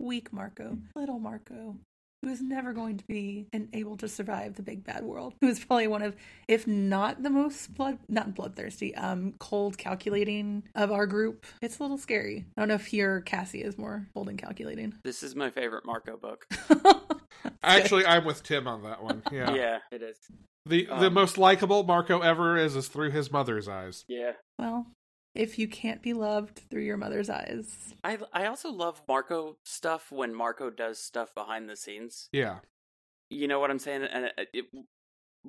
Speaker 2: Weak Marco, little Marco, who is never going to be and able to survive the big bad world. Who is probably one of, if not the most blood, not bloodthirsty, um, cold calculating of our group. It's a little scary. I don't know if your Cassie is more cold and calculating. [laughs]
Speaker 3: This is my favorite Marco book.
Speaker 1: Actually, I'm with Tim on that
Speaker 3: [laughs]
Speaker 1: one. Yeah.
Speaker 3: Yeah, it is.
Speaker 1: The the
Speaker 3: Um,
Speaker 1: most likable Marco ever is is through his mother's eyes.
Speaker 3: Yeah.
Speaker 2: well, if you can't be loved through your mother's eyes,
Speaker 3: I I also love Marco stuff when Marco does stuff behind the scenes.
Speaker 1: Yeah.
Speaker 3: you know what I'm saying? And it, it,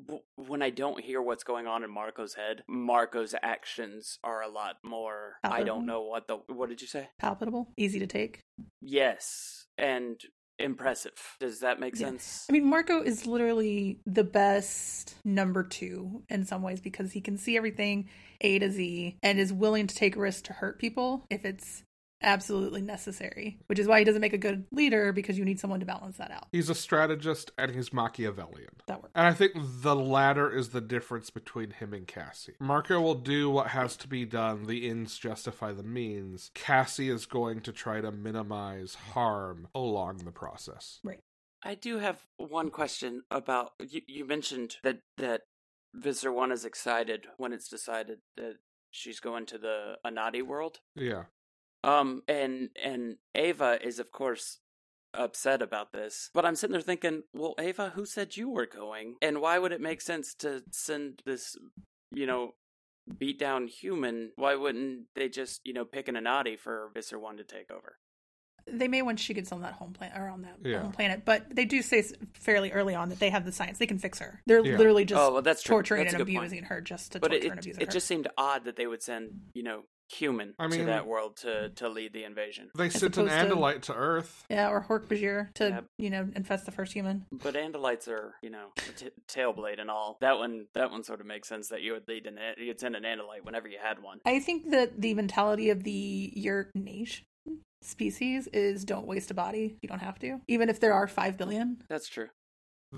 Speaker 3: w- when I don't hear what's going on in Marco's head, Marco's actions are a lot more. I
Speaker 2: Palpable.
Speaker 3: don't know what the. What did you say?
Speaker 2: palpable, easy to take.
Speaker 3: Yes, and impressive. Does that make
Speaker 2: Yeah.
Speaker 3: sense?
Speaker 2: I mean, Marco is literally the best number two in some ways because he can see everything A to Z and is willing to take risks to hurt people if it's absolutely necessary, which is why he doesn't make a good leader because you need someone to balance that out.
Speaker 1: He's a strategist and he's Machiavellian.
Speaker 2: That works.
Speaker 1: And I think the latter is the difference between him and Cassie. Marco will do what has to be done, the ends justify the means. Cassie is going to try to minimize harm along the process.
Speaker 3: I do have one question about you. You mentioned that that Visitor One is excited when it's decided that she's going to the Anati world.
Speaker 1: Yeah.
Speaker 3: Um, and and Ava is of course upset about this, but I'm sitting there thinking, well, Ava, who said you were going, and why would it make sense to send this, you know, beat down human? Why wouldn't they just, you know, pick an Anati for Visser One to take over?
Speaker 2: they may once she gets on that home planet or on that
Speaker 1: Yeah.
Speaker 2: home planet, but they do say s- fairly early on that they have the science; they can fix her. They're
Speaker 1: Yeah.
Speaker 2: literally just
Speaker 3: Oh, well, that's true.
Speaker 2: torturing
Speaker 3: That's
Speaker 2: and
Speaker 3: a good point.
Speaker 2: abusing her just to
Speaker 3: but
Speaker 2: torture
Speaker 3: it,
Speaker 2: and abuse
Speaker 3: it
Speaker 2: her.
Speaker 3: just seemed odd that they would send you know human
Speaker 1: I mean-
Speaker 3: to that world to to lead the invasion.
Speaker 1: They sent an
Speaker 2: opposed to-
Speaker 1: Andalite to Earth.
Speaker 2: yeah, or Hork Bajir to
Speaker 3: Yep.
Speaker 2: you know infest the first human.
Speaker 3: But Andalites are you know t- tailblade and all that one. That one sort of makes sense that you would lead an An- you'd send an Andalite whenever you had one.
Speaker 2: I think that the mentality of the your nation species is don't waste a body. You don't have to, even if there are five billion. [laughs]
Speaker 3: That's true. That-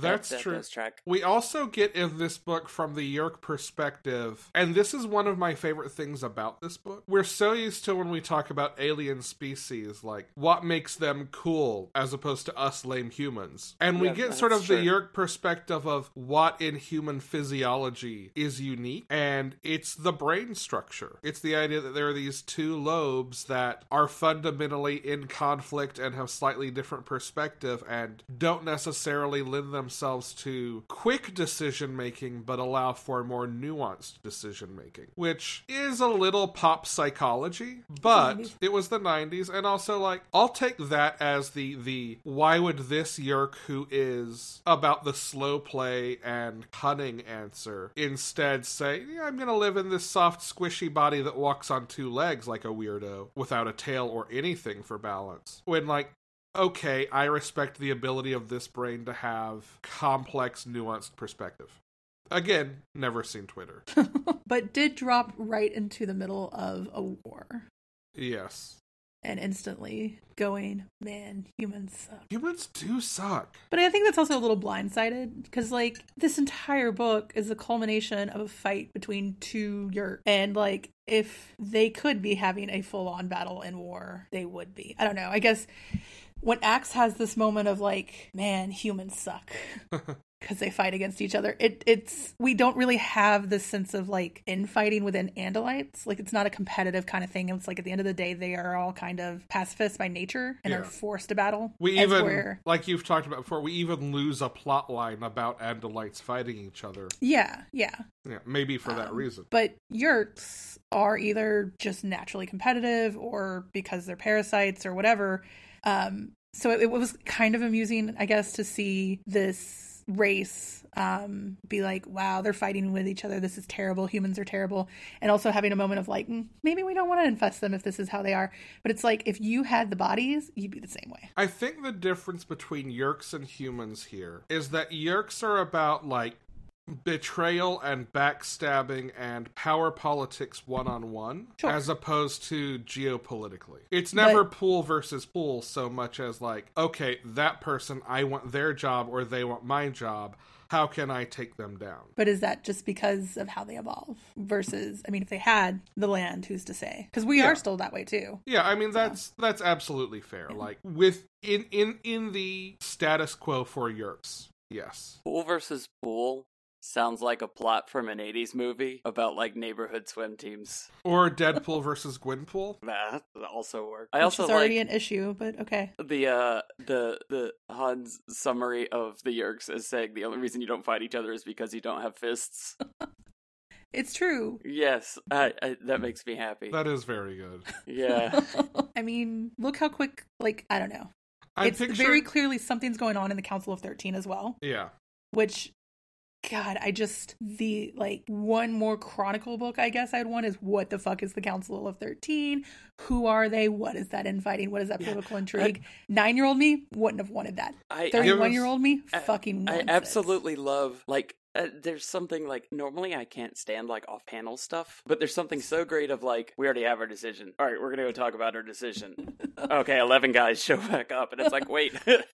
Speaker 1: That's
Speaker 3: that
Speaker 1: true.
Speaker 3: does track.
Speaker 1: We also get in this book from the Yerk perspective, and this is one of my favorite things about this book. We're so used to when we talk about alien species, like what makes them cool as opposed to us lame humans. And we
Speaker 3: Yeah,
Speaker 1: get sort of
Speaker 3: that's
Speaker 1: the
Speaker 3: true.
Speaker 1: Yerk perspective of what in human physiology is unique, and it's the brain structure. It's the idea that there are these two lobes that are fundamentally in conflict and have slightly different perspective and don't necessarily lend themselves to quick decision making but allow for more nuanced decision making, which is a little pop psychology, but
Speaker 2: 90s.
Speaker 1: it was the 90s and also like I'll take that as the the why would this yerk who is about the slow play and cunning answer instead say yeah, I'm going to live in this soft squishy body that walks on two legs like a weirdo without a tail or anything for balance when like okay I respect the ability of this brain to have complex nuanced perspective again never seen Twitter [laughs]
Speaker 2: but did drop right into the middle of a war
Speaker 1: yes
Speaker 2: and instantly going, man, humans suck.
Speaker 1: humans do suck
Speaker 2: But I think that's also a little blindsided because, like, this entire book is the culmination of a fight between two yurt. And, like, if they could be having a full on battle and war, they would be. I don't know. I guess when Axe has this moment of, like, man,
Speaker 1: [laughs]
Speaker 2: humans suck. [laughs] Because they fight against each other, it it's we don't really have this sense of like infighting within Andalites. Like it's not a competitive kind of thing. It's like at the end of the day, they are all kind of pacifists by nature and
Speaker 1: Yeah.
Speaker 2: are forced to battle.
Speaker 1: We
Speaker 2: as
Speaker 1: even,
Speaker 2: we're-
Speaker 1: like you've talked about before, we even lose a plot line about Andalites fighting each other.
Speaker 2: Yeah, yeah.
Speaker 1: Yeah, maybe for that
Speaker 2: Um,
Speaker 1: reason.
Speaker 2: But yurts are either just naturally competitive or because they're parasites or whatever. Um, so it, it was kind of amusing, I guess, to see this race um, be like, wow, they're fighting with each other. This is terrible. Humans are terrible. And also having a moment of like, "Mm, maybe we don't want to infest them if this is how they are. But it's like, if you had the bodies, you'd be the same way.
Speaker 1: I think the difference between Yerks and humans here is that Yerks are about like betrayal and backstabbing and power politics one on one
Speaker 2: Sure.
Speaker 1: as opposed to geopolitically. It's never
Speaker 2: But-
Speaker 1: pool versus pool so much as like, okay, that person I want their job or they want my job. How can I take them down?
Speaker 2: But is that just because of how they evolve? Versus, I mean, if they had the land, who's to say? Because we
Speaker 1: Yeah.
Speaker 2: are still that way too.
Speaker 1: Yeah, I mean that's that's absolutely fair. Like with in in in the status quo for Yerks, yes.
Speaker 3: Pool versus pool sounds like a plot from an '80s movie about like neighborhood swim teams.
Speaker 1: Or Deadpool versus Gwynpool.
Speaker 3: That also works. I
Speaker 2: Which
Speaker 3: also
Speaker 2: is
Speaker 3: like
Speaker 2: already an issue, but okay.
Speaker 3: the uh the the Han's summary of the Yerks is saying the only reason you don't fight each other is because you don't have fists.
Speaker 2: It's true.
Speaker 3: yes, I, I, that makes me happy.
Speaker 1: That is very good.
Speaker 3: yeah,
Speaker 2: [laughs] I mean, look how quick, like, I don't know.
Speaker 1: I
Speaker 2: it's
Speaker 1: picture
Speaker 2: very clearly something's going on in the Council of 13 as well,
Speaker 1: yeah.
Speaker 2: which, God, I just, the, like, one more Chronicle book I guess I'd want is What the Fuck is the Council of 13? Who are they? What is that infighting? What is that
Speaker 3: Yeah,
Speaker 2: political intrigue? Nine year old me wouldn't have wanted that.
Speaker 3: I, I
Speaker 2: 31 year old me
Speaker 3: I-
Speaker 2: fucking
Speaker 3: I
Speaker 2: wants it.
Speaker 3: absolutely love like uh, there's something like normally I can't stand like off panel stuff, but there's something so great of like we already have our decision. All right, we're gonna go talk about our decision. okay, eleven guys show back up, and it's like wait,
Speaker 2: [laughs]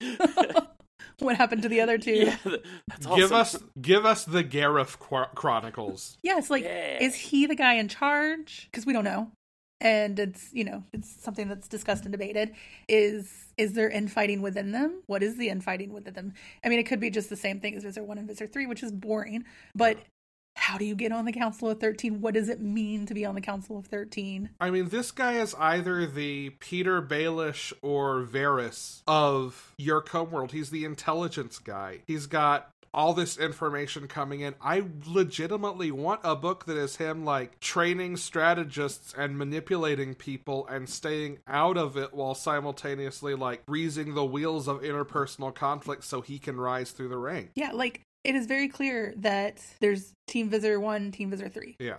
Speaker 3: [laughs]
Speaker 2: What happened to the other two?
Speaker 3: yeah, th- that's awesome.
Speaker 1: Give us give us the Gareth Qu- Chronicles.
Speaker 2: Yes, like
Speaker 3: Yeah.
Speaker 2: is he the guy in charge? Because we don't know, and it's you know it's something that's discussed and debated. Is is there infighting within them? What is the infighting within them? I mean, it could be just the same thing as Visor One and Visor Three, which is boring. But how do you get on the Council of Thirteen? What does it mean to be on the Council of Thirteen?
Speaker 1: I mean, this guy is either the Peter Baelish or Varys of your homeworld. He's the intelligence guy. He's got all this information coming in. I legitimately want a book that is him like training strategists and manipulating people and staying out of it while simultaneously like greasing the wheels of interpersonal conflict so he can rise through the ranks.
Speaker 2: Yeah, like it is very clear that there's Team Visitor 1, Team Visitor 3.
Speaker 1: Yeah.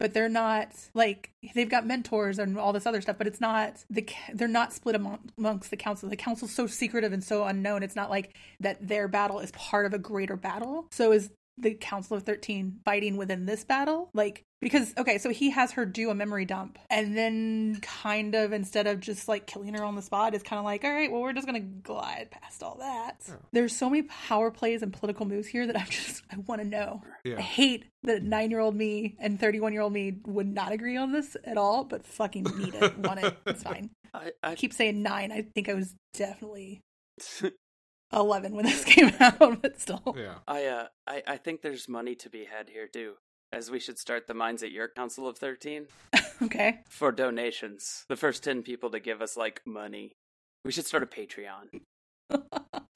Speaker 2: but they're not like they've got mentors and all this other stuff but it's not the ca- they're not split among, amongst the council the council's so secretive and so unknown it's not like that their battle is part of a greater battle so is the council of 13 fighting within this battle like because okay so he has her do a memory dump and then kind of instead of just like killing her on the spot it's kind of like all right well we're just gonna glide past all that
Speaker 1: Yeah.
Speaker 2: there's so many power plays and political moves here that i'm [laughs] just i want to know I
Speaker 1: Yeah.
Speaker 2: hate that nine year old me and 31 year old me would not agree on this at all, but fucking need it, want it.
Speaker 3: [laughs]
Speaker 2: It's fine.
Speaker 3: I,
Speaker 2: I
Speaker 3: I
Speaker 2: keep saying nine. I think I was definitely 11 when this [laughs] came out, but still.
Speaker 1: Yeah.
Speaker 3: I uh I, I think there's money to be had here too, as we should start the mines at your council of thirteen
Speaker 2: Okay.
Speaker 3: for donations. The first ten people to give us like money. We should start a Patreon.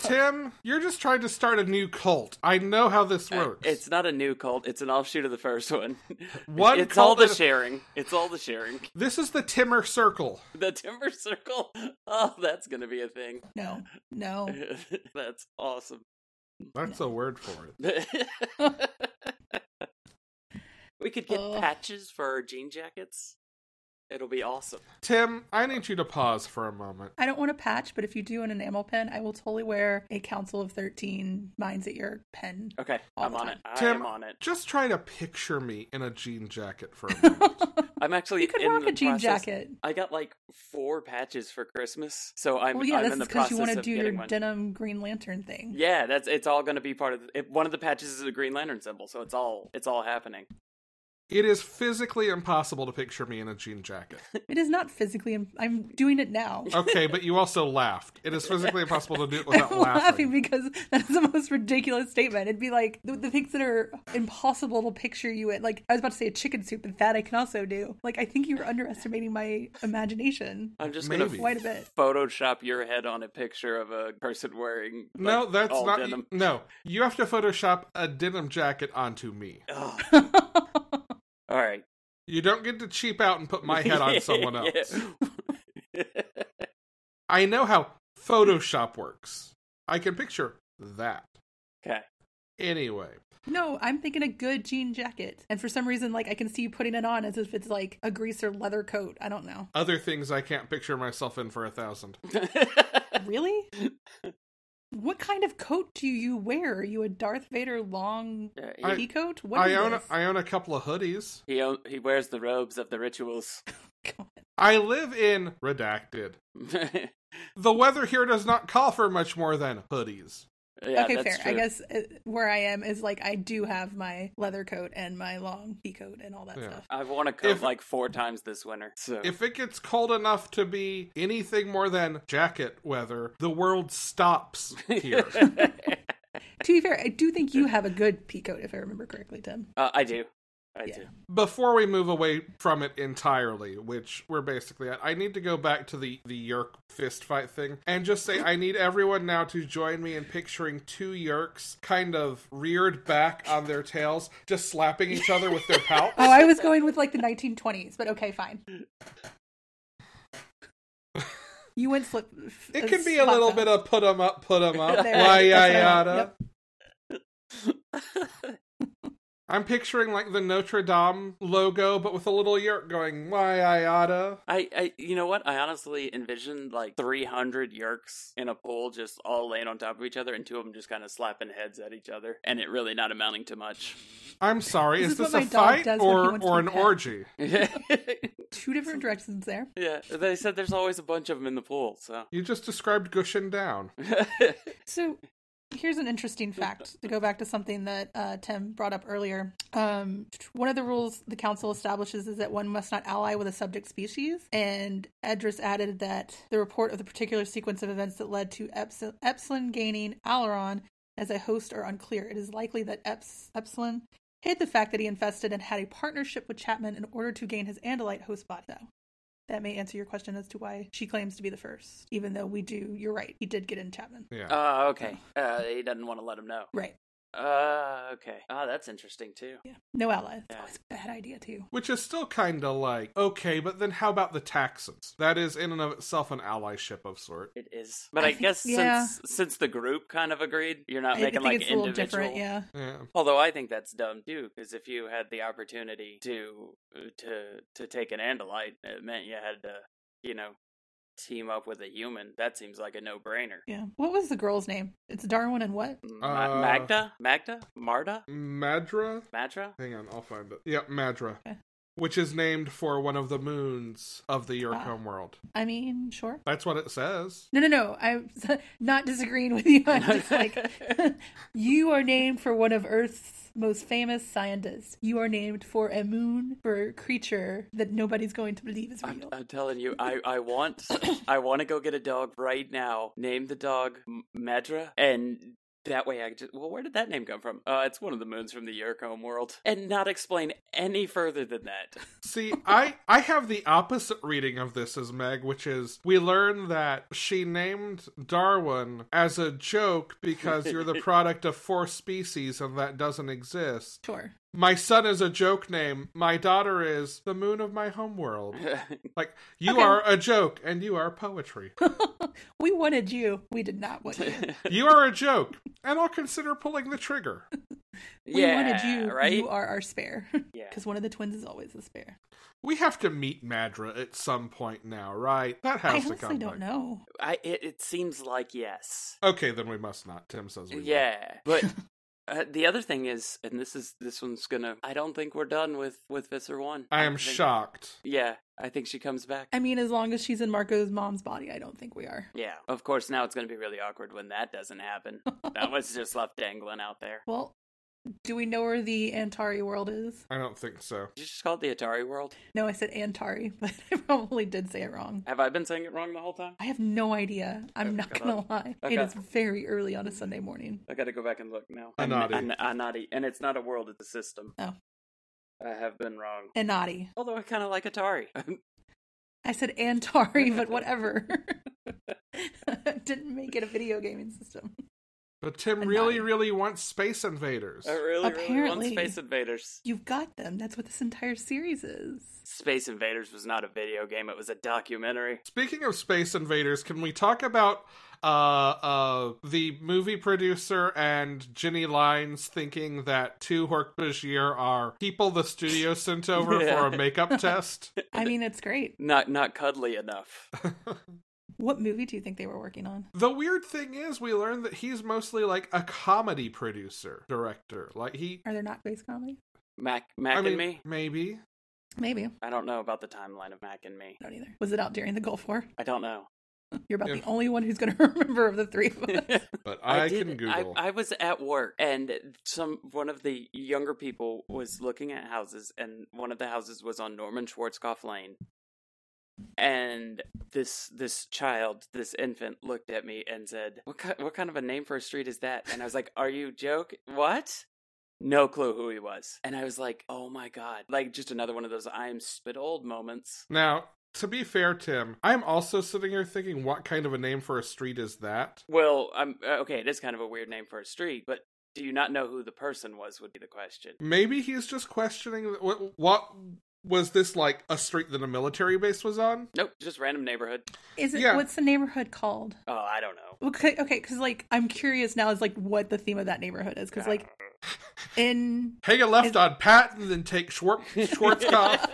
Speaker 1: Tim, you're just trying to start a new cult. I know how this
Speaker 3: Uh,
Speaker 1: works.
Speaker 3: It's not a new cult, it's an offshoot of the first one.
Speaker 1: [laughs] One
Speaker 3: it's
Speaker 1: cult
Speaker 3: all the
Speaker 1: at a-
Speaker 3: sharing. It's all the sharing.
Speaker 1: This is the Timmer Circle.
Speaker 3: The Timber Circle. Oh, that's gonna be a thing.
Speaker 2: No, no.
Speaker 1: Oh.
Speaker 3: [laughs] that's awesome. [laughs]
Speaker 1: That's a word for it.
Speaker 3: we could get
Speaker 1: Oh.
Speaker 2: Ugh.
Speaker 3: patches for our jean jackets. It'll be awesome.
Speaker 1: Tim, I need you to pause for a moment.
Speaker 2: I don't want a patch, but if you do an enamel pen, I will totally wear a Council of 13 Minds at Your pen.
Speaker 3: Okay,
Speaker 2: All
Speaker 3: I'm
Speaker 2: the
Speaker 3: on it.
Speaker 2: time.
Speaker 3: I
Speaker 1: Tim-
Speaker 3: am on it.
Speaker 1: Just try to picture me in a jean jacket for a
Speaker 3: [laughs]
Speaker 1: moment.
Speaker 3: I'm actually
Speaker 2: You could
Speaker 3: in
Speaker 2: rock
Speaker 3: the
Speaker 2: a jean
Speaker 3: process-
Speaker 2: jacket.
Speaker 3: I got like four patches for Christmas, so I'm,
Speaker 2: Well, yeah,
Speaker 3: I'm
Speaker 2: that's
Speaker 3: in the
Speaker 2: because
Speaker 3: process
Speaker 2: you want to
Speaker 3: of
Speaker 2: do your
Speaker 3: getting one.
Speaker 2: denim Green Lantern thing.
Speaker 3: yeah, that's it's all going to be part of the, it, one of the patches is a Green Lantern symbol, so it's all it's all happening.
Speaker 1: It is physically impossible to picture me in a jean jacket.
Speaker 2: It is not physically, im- I'm doing it now.
Speaker 1: Okay, but you also laughed. It is physically impossible to do
Speaker 3: [laughs]
Speaker 1: it without
Speaker 2: [laughs] I'm laughing
Speaker 1: laughing.
Speaker 2: because that's the most ridiculous statement. It'd be like the, the things that are impossible to picture you at. Like I was about to say a chicken soup, but that I can also do. Like I think you were underestimating my imagination
Speaker 3: I'm just going
Speaker 1: Maybe.
Speaker 3: to
Speaker 2: quite a bit.
Speaker 3: Photoshop your head on a picture of a person wearing like,
Speaker 1: No, that's
Speaker 3: all
Speaker 1: not.
Speaker 3: denim.
Speaker 1: No, you have to Photoshop a denim jacket onto me.
Speaker 3: Ugh. all right,
Speaker 1: You don't get to cheap out and put my head
Speaker 3: [laughs]
Speaker 1: on someone else.
Speaker 3: Yeah.
Speaker 1: I know how Photoshop works. I can picture that.
Speaker 3: okay.
Speaker 1: Anyway,
Speaker 2: No, I'm thinking a good jean jacket, and for some reason, like I can see you putting it on as if it's like a greaser leather coat. I don't know.
Speaker 1: other things I can't picture myself in for a thousand. [laughs]
Speaker 2: Really? What kind of coat do you wear? Are you a Darth Vader long
Speaker 3: Yeah, he-
Speaker 1: I-
Speaker 2: pea coat? What
Speaker 1: I
Speaker 2: is
Speaker 1: own
Speaker 2: this?
Speaker 1: I own a couple of hoodies.
Speaker 3: He o- he wears the robes of the rituals. [laughs]
Speaker 1: I live in redacted. The weather here does not call for much more than hoodies.
Speaker 3: Yeah,
Speaker 2: okay,
Speaker 3: that's
Speaker 2: fair.
Speaker 3: True.
Speaker 2: I guess uh, where I am is like I do have my leather coat and my long pea coat and all that
Speaker 1: Yeah.
Speaker 2: stuff.
Speaker 3: I've worn a coat
Speaker 1: If-
Speaker 3: like four times this winter. So
Speaker 1: If it gets cold enough to be anything more than jacket weather, the world stops here.
Speaker 2: To be fair, I do think you have a good pea coat, if I remember correctly, Tim.
Speaker 3: uh, I do, I
Speaker 2: Yeah.
Speaker 3: do.
Speaker 1: Before we move away from it entirely, which we're basically at, I need to go back to the the Yerk fist fight thing and just say I need everyone now to join me in picturing two Yerks kind of reared back on their tails, just slapping each other with
Speaker 2: [laughs]
Speaker 1: their palps.
Speaker 2: Oh, I was going with like the 1920s, but
Speaker 1: [laughs]
Speaker 2: okay, fine. You went slip.
Speaker 1: It can be a little bit of put 'em up, put 'em up,
Speaker 2: There,
Speaker 1: la ya
Speaker 2: that's what I want,
Speaker 1: yada.
Speaker 2: yep.
Speaker 1: I'm picturing like the Notre Dame logo, but with a little yerk going why yada.
Speaker 3: I, I, you know what? I honestly envisioned like 300 yerks in a pool, just all laying on top of each other, and two of them just kind of slapping heads at each other, and it really not amounting to much. [laughs]
Speaker 1: I'm sorry,
Speaker 2: This
Speaker 1: is,
Speaker 2: is
Speaker 1: this
Speaker 2: what
Speaker 1: a
Speaker 2: my dog
Speaker 1: fight
Speaker 2: does when he
Speaker 1: or
Speaker 2: wants to
Speaker 1: or
Speaker 2: be
Speaker 1: an
Speaker 2: pet.
Speaker 1: orgy?
Speaker 3: yeah,
Speaker 2: two different directions there.
Speaker 3: they said there's always a bunch of them in the pool, so.
Speaker 1: You just described Gushin down.
Speaker 2: So here's an interesting fact to go back to something that uh, Tim brought up earlier. Um, one of the rules the council establishes is that one must not ally with a subject species. And Edris added that the report of the particular sequence of events that led to Epsil- Epsilon gaining Alaron as a host are unclear. It is likely that Eps- Epsilon hid the fact that he infested and had a partnership with Chapman in order to gain his Andalite host body. So that may answer your question as to why she claims to be the first, even though we do, you're right, he did get in Chapman.
Speaker 3: Ah,
Speaker 1: Yeah.
Speaker 2: [laughs]
Speaker 3: Oh, okay. Uh, he doesn't want to let him know.
Speaker 2: Right.
Speaker 3: Uh, okay. Ah, that's interesting too.
Speaker 2: Yeah. No allies. It's
Speaker 3: Yeah.
Speaker 2: always a bad idea too.
Speaker 1: Which is still kind of like, okay, but then how about the Taxons? That is in and of itself an allyship of sort.
Speaker 3: It is, but
Speaker 2: I [laughs]
Speaker 3: I,
Speaker 2: think-
Speaker 3: guess
Speaker 2: yeah.
Speaker 3: since since the group kind of agreed, you're not
Speaker 2: I, I
Speaker 3: making
Speaker 2: think
Speaker 3: like
Speaker 2: it's a
Speaker 3: individual.
Speaker 2: little different. Yeah.
Speaker 1: Yeah.
Speaker 3: Although I think that's dumb too, because if you had the opportunity to uh, to to take an Andalite, it meant you had to, you know, team up with a human. That seems like a no brainer.
Speaker 2: Yeah. What was the girl's name? It's Darwin and what?
Speaker 3: Ma-
Speaker 1: Uh,
Speaker 3: Magda, Magda, Marta,
Speaker 1: Madra?
Speaker 3: Madra.
Speaker 1: Hang on, I'll find it. Yep, Madra.
Speaker 2: Okay.
Speaker 1: Which is named for one of the moons of the
Speaker 2: Ah.
Speaker 1: Yorkom world.
Speaker 2: I mean, sure.
Speaker 1: That's what it says.
Speaker 2: No, no, no. I'm [laughs] not disagreeing with
Speaker 3: [laughs]
Speaker 2: you. I'm just like, [laughs] you are named for one of Earth's most famous scientists. You are named for a moon for a creature that nobody's going to believe is
Speaker 3: I'm,
Speaker 2: real.
Speaker 3: I'm telling you, I,
Speaker 2: [coughs]
Speaker 3: I want I want to go get a dog right now. Name the dog M- Medra, and that way I just well, where did that name come from? Uh, it's one of the moons from the Yercombe world, and not explain any further than that. [laughs]
Speaker 1: See, [laughs] I I have the opposite reading of this as Meg, which is we learn that she named Darwin as a joke because you're
Speaker 2: [laughs]
Speaker 1: the product of four species and that doesn't exist.
Speaker 2: Sure.
Speaker 1: My son is a joke name. My daughter is the moon of my homeworld. Like you
Speaker 2: Okay.
Speaker 1: are a joke and you are
Speaker 2: [laughs]
Speaker 1: poetry.
Speaker 2: we wanted you. We did not want you.
Speaker 3: [laughs]
Speaker 1: you are a joke, and I'll consider pulling the trigger.
Speaker 2: We
Speaker 3: yeah,
Speaker 2: wanted you.
Speaker 3: right?
Speaker 2: You are our spare. [laughs]
Speaker 3: yeah.
Speaker 2: Because one of the twins is always the spare.
Speaker 1: We have to meet Madra at some point now, right? That
Speaker 2: I
Speaker 1: has to
Speaker 2: honestly
Speaker 1: come. back.
Speaker 2: don't know.
Speaker 3: I it, it seems like yes.
Speaker 1: Okay, then we must not. Tim says we will.
Speaker 3: Yeah,
Speaker 1: [laughs]
Speaker 3: but uh, the other thing is, and this is this one's gonna. I don't think we're done with with Visser one.
Speaker 1: I am
Speaker 3: think-
Speaker 1: shocked.
Speaker 3: Yeah, I think she comes back.
Speaker 2: I mean, as long as she's in Marco's mom's body, I don't think we are.
Speaker 3: Yeah. Of course, now it's going to be really awkward when that doesn't happen.
Speaker 2: [laughs]
Speaker 3: that was just left dangling out there.
Speaker 2: Well, do we know where the Antari world is?
Speaker 1: I don't think so.
Speaker 3: Did you just call it the Atari world?
Speaker 2: No, I said Antari, [laughs] but I probably did say it wrong.
Speaker 3: Have I been saying it wrong the whole time?
Speaker 2: I have no idea. I'm not
Speaker 3: come
Speaker 2: gonna lie.
Speaker 3: Okay.
Speaker 2: It is very early on a Sunday morning.
Speaker 3: I got to go back and look now.
Speaker 1: Anadi.
Speaker 3: An- an- Anadi. And it's not a world, it's a system.
Speaker 2: Oh.
Speaker 3: I have been wrong.
Speaker 2: Anati.
Speaker 3: Although I kind of like Atari. [laughs]
Speaker 2: I said Antari, but whatever. [laughs] Didn't make it a video gaming system.
Speaker 1: But Tim
Speaker 2: And
Speaker 1: really,
Speaker 2: not-
Speaker 1: really wants Space Invaders.
Speaker 3: I really, really want
Speaker 2: Apparently.
Speaker 3: Space Invaders.
Speaker 2: You've got them. That's what this entire series is.
Speaker 3: Space Invaders was not a video game, it was a documentary.
Speaker 1: Speaking of Space Invaders, can we talk about uh, uh, the movie producer and Ginny Lines thinking that two Hork-Bajir are people the studio sent over
Speaker 3: Yeah.
Speaker 1: for a
Speaker 3: [laughs]
Speaker 1: makeup test?
Speaker 2: I mean, it's great.
Speaker 3: Not not cuddly enough.
Speaker 1: [laughs]
Speaker 2: What movie do you think they were working on?
Speaker 1: The weird thing is, we learned that he's mostly like a comedy producer, director. Like he,
Speaker 2: Are there not space comedy?
Speaker 3: Mac Mac
Speaker 1: I
Speaker 3: and
Speaker 1: mean,
Speaker 3: me.
Speaker 1: maybe.
Speaker 2: Maybe. I
Speaker 3: I don't know about the timeline of Mac and me.
Speaker 2: don't either. Was it out during the Gulf War?
Speaker 3: I don't know.
Speaker 1: [laughs]
Speaker 2: You're about
Speaker 1: Yeah.
Speaker 2: the only one who's going to [laughs] remember of the three of
Speaker 1: [laughs]
Speaker 2: us.
Speaker 1: But I,
Speaker 3: did-
Speaker 1: can Google.
Speaker 3: I, I was at work, and some one of the younger people was looking at houses, and one of the houses was on Norman Schwarzkopf Lane. And this this child, this infant, looked at me and said, "What ki- what kind of a name for a street is that?" And I was like, "Are you joke? What?" No clue who he was, and I was like, "Oh my god!" Like just another one of those "I am spit old" moments.
Speaker 1: Now, to be fair, Tim, I'm also sitting here thinking, what kind of a name for a street is that?
Speaker 3: Well, I'm uh, okay. It is kind of a weird name for a street, but do you not know who the person was? Would be the question.
Speaker 1: Maybe he's just questioning what, what was this like a street that a military base was on?
Speaker 3: Nope, just random neighborhood.
Speaker 2: Is it
Speaker 1: Yeah.
Speaker 2: what's the neighborhood called?
Speaker 3: Oh, I don't know.
Speaker 2: Okay, okay, because like I'm curious now is like what the theme of that neighborhood is because like in
Speaker 1: Hang a left
Speaker 2: Is-
Speaker 1: on Patton, then take Schwar-
Speaker 3: [laughs]
Speaker 1: Schwarzkopf.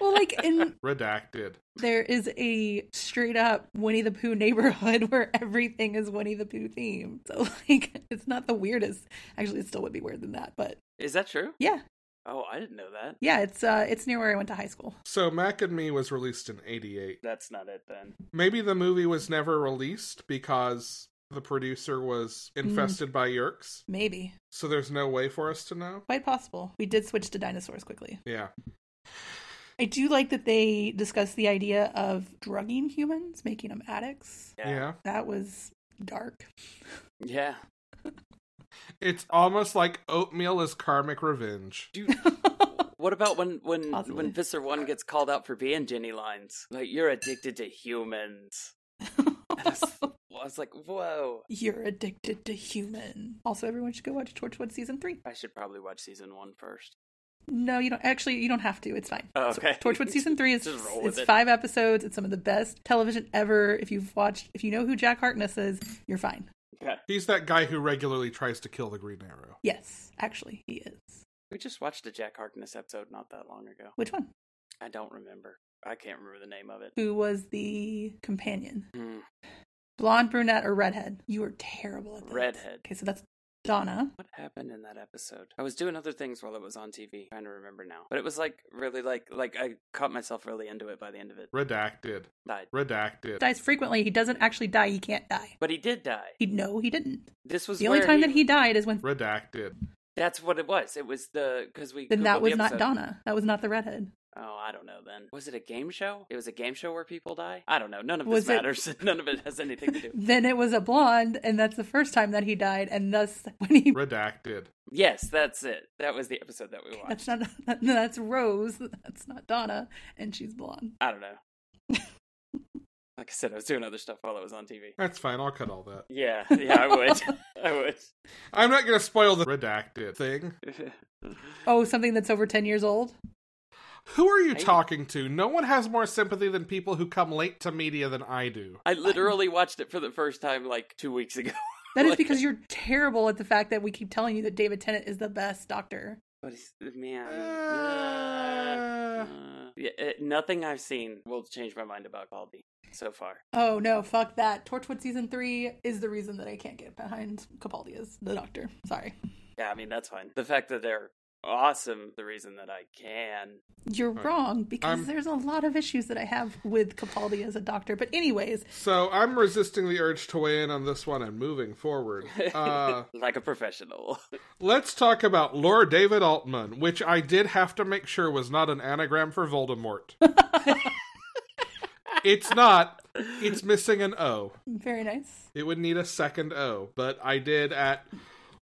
Speaker 2: well like in
Speaker 1: Redacted.
Speaker 2: there is a straight up Winnie the Pooh neighborhood [laughs] where everything is Winnie the Pooh themed. So like it's not the weirdest. Actually, it still would be weirder than that, but
Speaker 3: Is that true?
Speaker 2: yeah,
Speaker 3: Oh, I didn't know that.
Speaker 2: yeah, it's uh it's near where I went to high school.
Speaker 1: So Mac and Me was released in 88.
Speaker 3: That's not it then.
Speaker 1: Maybe the movie was never released because the producer was infested by Yerks,
Speaker 2: Maybe
Speaker 1: so there's no way for us to know.
Speaker 2: quite possible. We did switch to dinosaurs quickly.
Speaker 1: Yeah.
Speaker 2: I do like that they discuss the idea of drugging humans, making them addicts.
Speaker 1: Yeah.
Speaker 2: That was dark. [laughs]
Speaker 3: Yeah.
Speaker 1: It's almost like oatmeal is karmic revenge.
Speaker 3: Do what about when when
Speaker 2: Possibly.
Speaker 3: when Visser One gets called out for being Jenny lines? Like you're addicted to humans.
Speaker 2: [laughs]
Speaker 3: I was like, whoa.
Speaker 2: You're addicted to human. Also, everyone should go watch Torchwood season three.
Speaker 3: I should probably watch season one first.
Speaker 2: No, you don't. Actually, you don't have to. It's fine.
Speaker 3: Oh,
Speaker 2: So
Speaker 3: okay. [laughs]
Speaker 2: Torchwood season three is
Speaker 3: Just roll with
Speaker 2: it's
Speaker 3: it.
Speaker 2: five episodes. It's some of the best television ever. If you've watched, if you know who Jack Harkness is, you're fine.
Speaker 3: Okay.
Speaker 1: He's that guy who regularly tries to kill the Green Arrow.
Speaker 2: Yes, actually, he is.
Speaker 3: We just watched a Jack Harkness episode not that long ago.
Speaker 2: Which one?
Speaker 3: I don't remember. I can't remember the name of it.
Speaker 2: Who was the companion?
Speaker 3: Hmm.
Speaker 2: Blonde, brunette, or redhead? You were terrible at that.
Speaker 3: Redhead.
Speaker 2: Okay, so that's Donna.
Speaker 3: What happened in that episode? I was doing other things while it was on TV. trying to remember now. But it was like really like like I caught myself really into it by the end of it.
Speaker 1: Redacted.
Speaker 3: Died.
Speaker 1: Redacted.
Speaker 2: Dies frequently. He doesn't actually die. He can't die.
Speaker 3: But he did die.
Speaker 2: He no, he didn't.
Speaker 3: This was
Speaker 2: The only
Speaker 3: where
Speaker 2: time that he died is when.
Speaker 1: Redacted.
Speaker 3: That's what it was. It was the because we
Speaker 2: Then that
Speaker 3: Googled the
Speaker 2: was not
Speaker 3: episode.
Speaker 2: Donna. That was not the redhead.
Speaker 3: Oh, I don't know. Then was it a game show? It was a game show where people die. I don't know. None of
Speaker 2: Was
Speaker 3: this
Speaker 2: it-
Speaker 3: matters. [laughs] None of it has
Speaker 2: [laughs]
Speaker 3: anything to do.
Speaker 2: Then it was a blonde, and that's the first time that he died. And thus, [laughs] when he
Speaker 1: Redacted.
Speaker 3: yes, that's it. That was the episode that we watched.
Speaker 2: That's not. [laughs] that- that's Rose. That's not Donna, and she's blonde. [laughs]
Speaker 3: I don't know. like I said, I was doing other stuff while it was on TV.
Speaker 1: That's fine. I'll cut all that.
Speaker 2: [laughs]
Speaker 3: Yeah, yeah, I would. [laughs] I would.
Speaker 1: I'm not going to spoil the redacted thing.
Speaker 3: [laughs]
Speaker 2: Oh, something that's over ten years old.
Speaker 1: Who are you
Speaker 3: Hey.
Speaker 1: talking to? No one has more sympathy than people who come late to media than I do.
Speaker 3: I literally watched it for the first time like two weeks ago. [laughs]
Speaker 2: That is
Speaker 3: Like-
Speaker 2: because you're terrible at the fact that we keep telling you that David Tennant is the best doctor.
Speaker 3: But it's- man, uh,
Speaker 1: Uh,
Speaker 3: uh, yeah, it- nothing I've seen will change my mind about Baldy so far.
Speaker 2: Oh no, fuck that. Torchwood season three is the reason that I can't get behind Capaldi as the doctor. Sorry.
Speaker 3: Yeah, I mean that's fine. The fact that they're awesome, the reason that I can.
Speaker 2: You're wrong because
Speaker 1: I'm-
Speaker 2: there's a lot of issues that I have with Capaldi as a doctor. But anyways,
Speaker 1: so I'm resisting the urge to weigh in on this one and moving [laughs] forward. Uh,
Speaker 3: like a professional. [laughs]
Speaker 1: let's talk about Lord David Altman, which I did have to make sure was not an anagram for [laughs] Voldemort. it's not. It's missing an O.
Speaker 2: very nice.
Speaker 1: It would need a second O, but I did at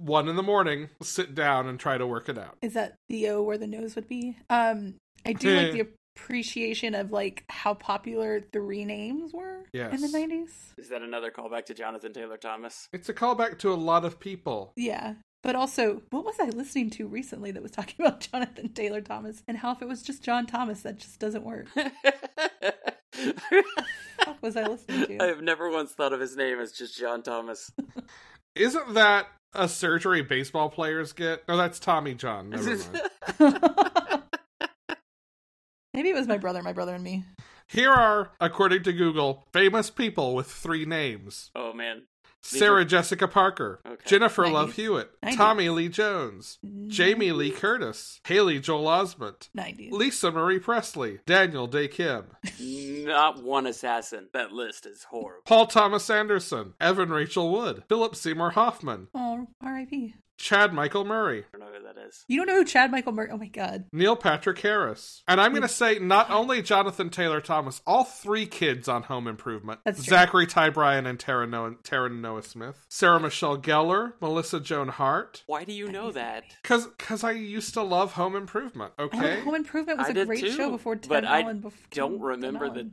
Speaker 1: one in the morning sit down and try to work it out.
Speaker 2: Is that the O where the nose would be? Um, I do like
Speaker 1: [laughs]
Speaker 2: the appreciation of like how popular the renames were in the
Speaker 1: Yes.
Speaker 2: nineties.
Speaker 3: Is that another callback to Jonathan Taylor Thomas?
Speaker 1: It's a callback to a lot of people.
Speaker 2: Yeah. But also, what was I listening to recently that was talking [laughs] about Jonathan Taylor Thomas and how if it was just John Thomas, that just doesn't work?
Speaker 3: [laughs]
Speaker 2: fuck was I listening to?
Speaker 1: [laughs]
Speaker 3: I've never once thought of his name as just John Thomas. [laughs]
Speaker 1: Isn't that a surgery baseball players get? No, that's Tommy John.
Speaker 3: [laughs]
Speaker 1: Never mind.
Speaker 2: [laughs] Maybe it was my brother, my brother and me.
Speaker 1: Here are, according to Google, famous people with three names
Speaker 3: oh man. These
Speaker 1: Sarah
Speaker 3: are-
Speaker 1: Jessica Parker,
Speaker 3: Okay.
Speaker 1: Jennifer
Speaker 2: Nineties.
Speaker 1: Love Hewitt,
Speaker 2: Nineties.
Speaker 1: Tommy Lee Jones,
Speaker 3: Mm-hmm.
Speaker 1: Jamie Lee Curtis, Haley Joel Osment,
Speaker 2: 90s.
Speaker 1: Lisa Marie Presley, Daniel Day Kim,
Speaker 3: Not one assassin. That list is horrible.
Speaker 1: Paul Thomas Anderson, Evan Rachel Wood, Philip Seymour Hoffman,
Speaker 2: oh, RIP.
Speaker 1: Chad Michael Murray,
Speaker 3: I don't know who that is.
Speaker 2: You don't know who Chad Michael Murray? Oh my god.
Speaker 1: Neil Patrick Harris. And I'm going to say not only Jonathan Taylor Thomas, all three kids on Home Improvement
Speaker 2: That's true.
Speaker 1: Zachary Ty Bryan and Tara Noah, Tara Noah Smith, Sarah Michelle Gellar, Melissa Joan Hart.
Speaker 3: Why do you know that?
Speaker 1: Because cause I used to love Home Improvement,
Speaker 2: Oh,
Speaker 1: okay?
Speaker 2: Home Improvement was
Speaker 3: I
Speaker 2: a
Speaker 3: did
Speaker 2: great
Speaker 3: too,
Speaker 2: show before Tim
Speaker 3: but I
Speaker 2: Allen. before
Speaker 3: Don't
Speaker 2: Tim
Speaker 3: remember the
Speaker 2: Allen.